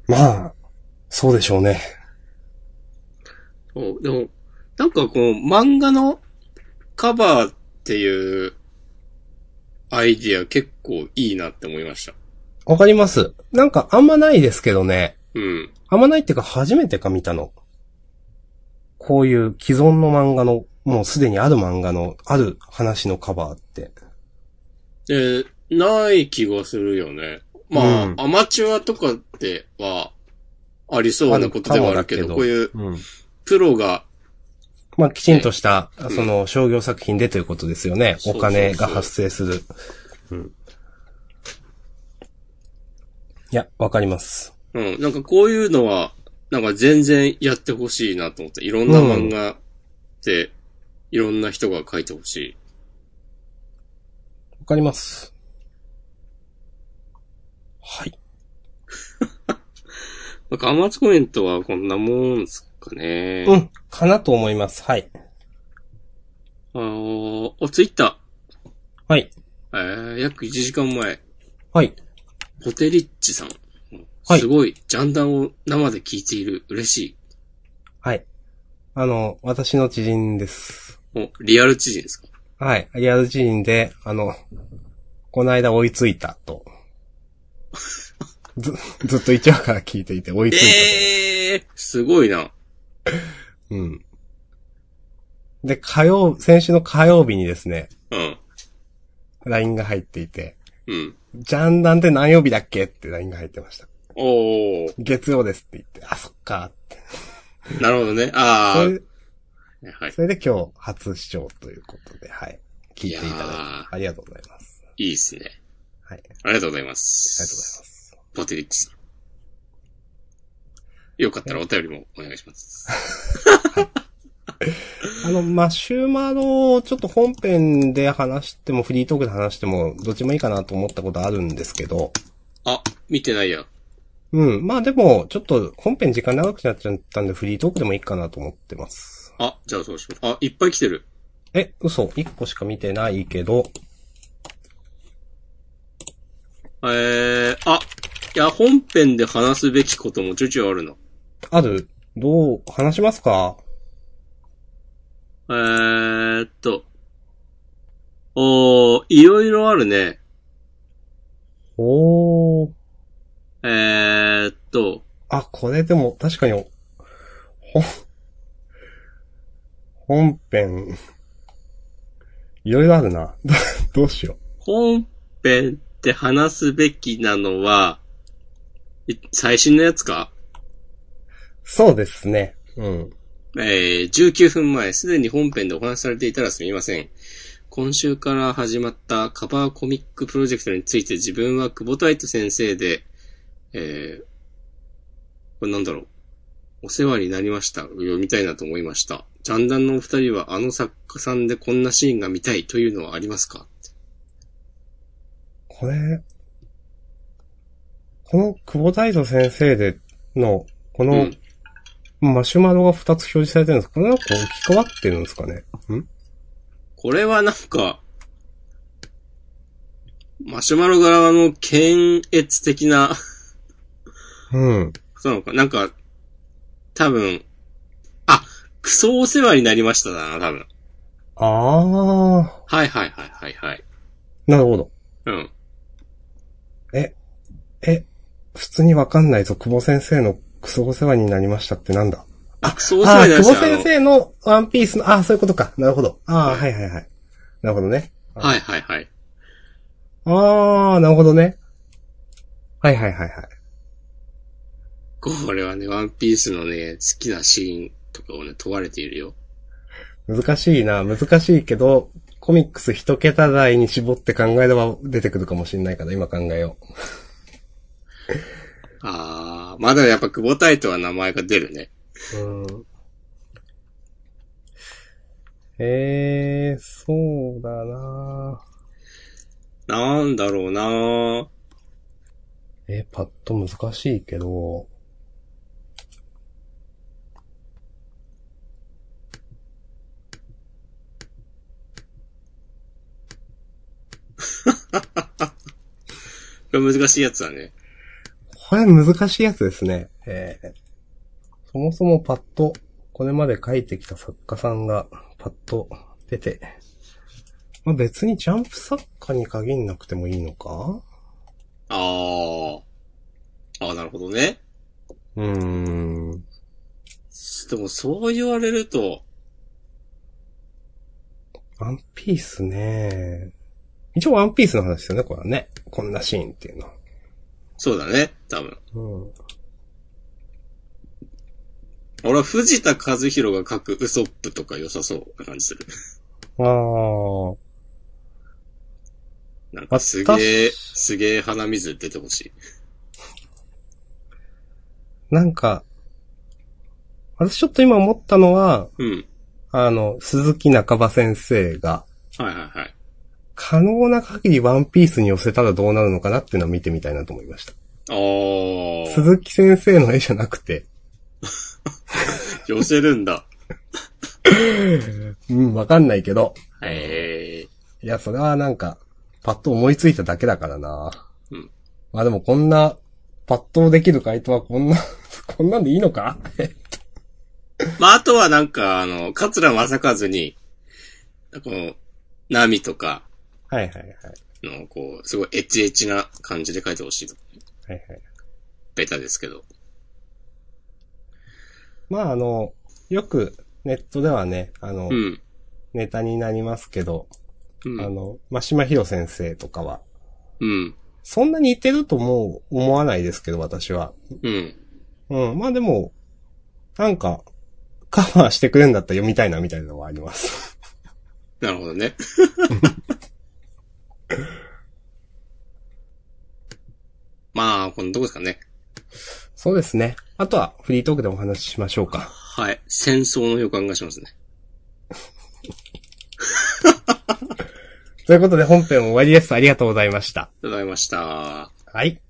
まあ、そうでしょうね。
そうでも、なんかこう、漫画のカバーっていうアイディア結構いいなって思いました。
わかります。なんかあんまないですけどね。
うん。
あんまないっていうか初めてか見たの。こういう既存の漫画の、もうすでにある漫画の、ある話のカバーって。
で、ない気がするよね。まあ、
うん
アマチュアとかでは、ありそうなことではあるけど、
あるかもだけど
こういう
うん。
プロが、
まあ、きちんとした、
ん
その、商業作品でということですよね。
そうそ
お
うそう
金が発生する。うん。いや、わかります。
うん、なんかこういうのは、なんか全然やってほしいなと思って、いろんな漫画で、いろんな人が書いてほしい。
わかります。はい。
まあ、ガマツコメントはこんなもんですかね。
うん。かなと思います。はい。
あのー、ツイッタ
はい。
ー、えー、約1時間前、
はい。
ポテリッチさん。
はい
すごい、ジャンダンを生で聞いている、嬉し
はい。あの、私の知人です。
い。もう、リアル知人ですか
はい。リアル知人で、あの、この間追いついたと。ず、ずっと1話から聞いていて追いついたと。
えー、すごいな。
うん。で、火曜、先週の火曜日にですね、
うん。
LINE が入っていて、
うん。
ジャンダンって何曜日だっけって LINE が入ってました。
おー、
月曜ですって言って、あ、そっかって。
なるほどね。
そ
あ
れ
ー、はい。
それで今日初視聴ということで、はい。聞いていただいて
いやー
ありがとうございます。
いいっすね。
はい。ありがとう
ありがとうございます。
ございます。
ポテリッチさん。よかったらお便りもお願いします。
あの、マシュマロをちょっと本編で話しても、フリートークで話しても、どっちもいいかなと思ったことあるんですけど、
あ、見てないや。
うん。まあでも、ちょっと本編時間長くなっちゃったんで、フリートークでもいいかなと思ってます。
あ、じゃあそうしよう。あ、いっぱい来てる。
え、嘘。一個しか見てないけど。
えー、あ、いや、本編で話すべきこともちょいちょいあるの。
あるどう、話しますか
えーっと。おー、いろいろあるね。
おー。
えーっと。
あ、これでも、確かに、ほ、本編、いろいろあるな。 どどうしよ
本編で話すべきなのは、い最新のやつか
う。そうですね。うん。
えー、19分前、すでに本編でお話しされていたらすみません。今週から始まったカバーコミックプロジェクトについて自分は久保太斗先生で、えー、これなんだろう。お世話になりました。読みたいなと思いました。ジャンダンのお二人はあの作家さんでこんなシーンが見たいというのはありますか
これ、この久保大斗先生での、こ
う
の
ん、
マシュマロが2つ表示されてるんですこれなんか置き換わってるんですかねん
これはなんか、マシュマロ側の検閲的な
うん。
そうなのか。なんか、多分、あ、クソお世話になりましただな、多分。
ああ、
はいはいはいはいはい。
なるほど。
うん。
え、普通にわかんないぞ。久保先生のクソお世話になりましたってなんだ
あ、クソお世
あ
話
あ、
になり
久
ま
保
した。あ
先
の
生のワンピースの、ああ、そういうことか。なるほど。ああ、はいはいはい。なるほどね。
はいはいはい。
ああ、なるほどね。はいはいはいはい。
これはね、ワンピースのね、好きなシーンとかをね、問われているよ。
難しいな、難しいけど、コミックス一桁台に絞って考えれば出てくるかもしれないから、今考えよう。
あー、まだやっぱ久保タイトは名前が出るね。
うん。えー、そうだな
なんだろうなー
え、パッと難しいけど、
これ難しいやつだね。
これ難しいやつですね。えーそもそもパッと、これまで書いてきた作家さんが、パッと出て、まあ、別にジャンプ作家に限んなくてもいいのか
あー。あー、なるほどね。
うーん。
でもそう言われると、
ワンピースね。一応ワンピースの話ですよね、これはね。こんなシーンっていうのは。
そうだね、多分。
うん。
俺は藤田和弘が書くウソップとか良さそうな感じする。
ああ。
なんかすげえ、
私
すげえ鼻水出てほしい。
なんか、私ちょっと今思ったのは、
うん。
あの、鈴木中葉先生が、
はいはいはい。
可能な限りワンピースに寄せたらどうなるのかなっていうのは見てみたいなと思いました。
あー。
鈴木先生の絵じゃなくて、
寄せるんだ。
うん、わかんないけど、
へえ。
いや、それはなんか、パッと思いついただけだからな。
うん。
まあでもこんな、パッとできる回答はこんな、 こんなんでいいのか
まあ、あとはなんか、あの、桂正和に、この、ナミとか
はいはいはい。
の、こう、すごいエッチエッチな感じで書いてほしいと。
はいはい。
ベタですけど。
まああの、よくネットではね、あの、
うん。
ネタになりますけど、
う
あ
ん。
の、ま島ひろ先生とかは、
うん。
そんなに似てるともう思わないですけど、私は。
うん。
うん、まあでも、なんか、カバーしてくれるんだったら読みたいなみたいなのはあります。
なるほどね。まあ、このどこですかね。
そうですね。あとはフリートークでお話ししましょうか。
はい。戦争の予感がしますね。
ということで本編終わりです。ありがとうございまし
あ
た。
りがとうございました。
はい。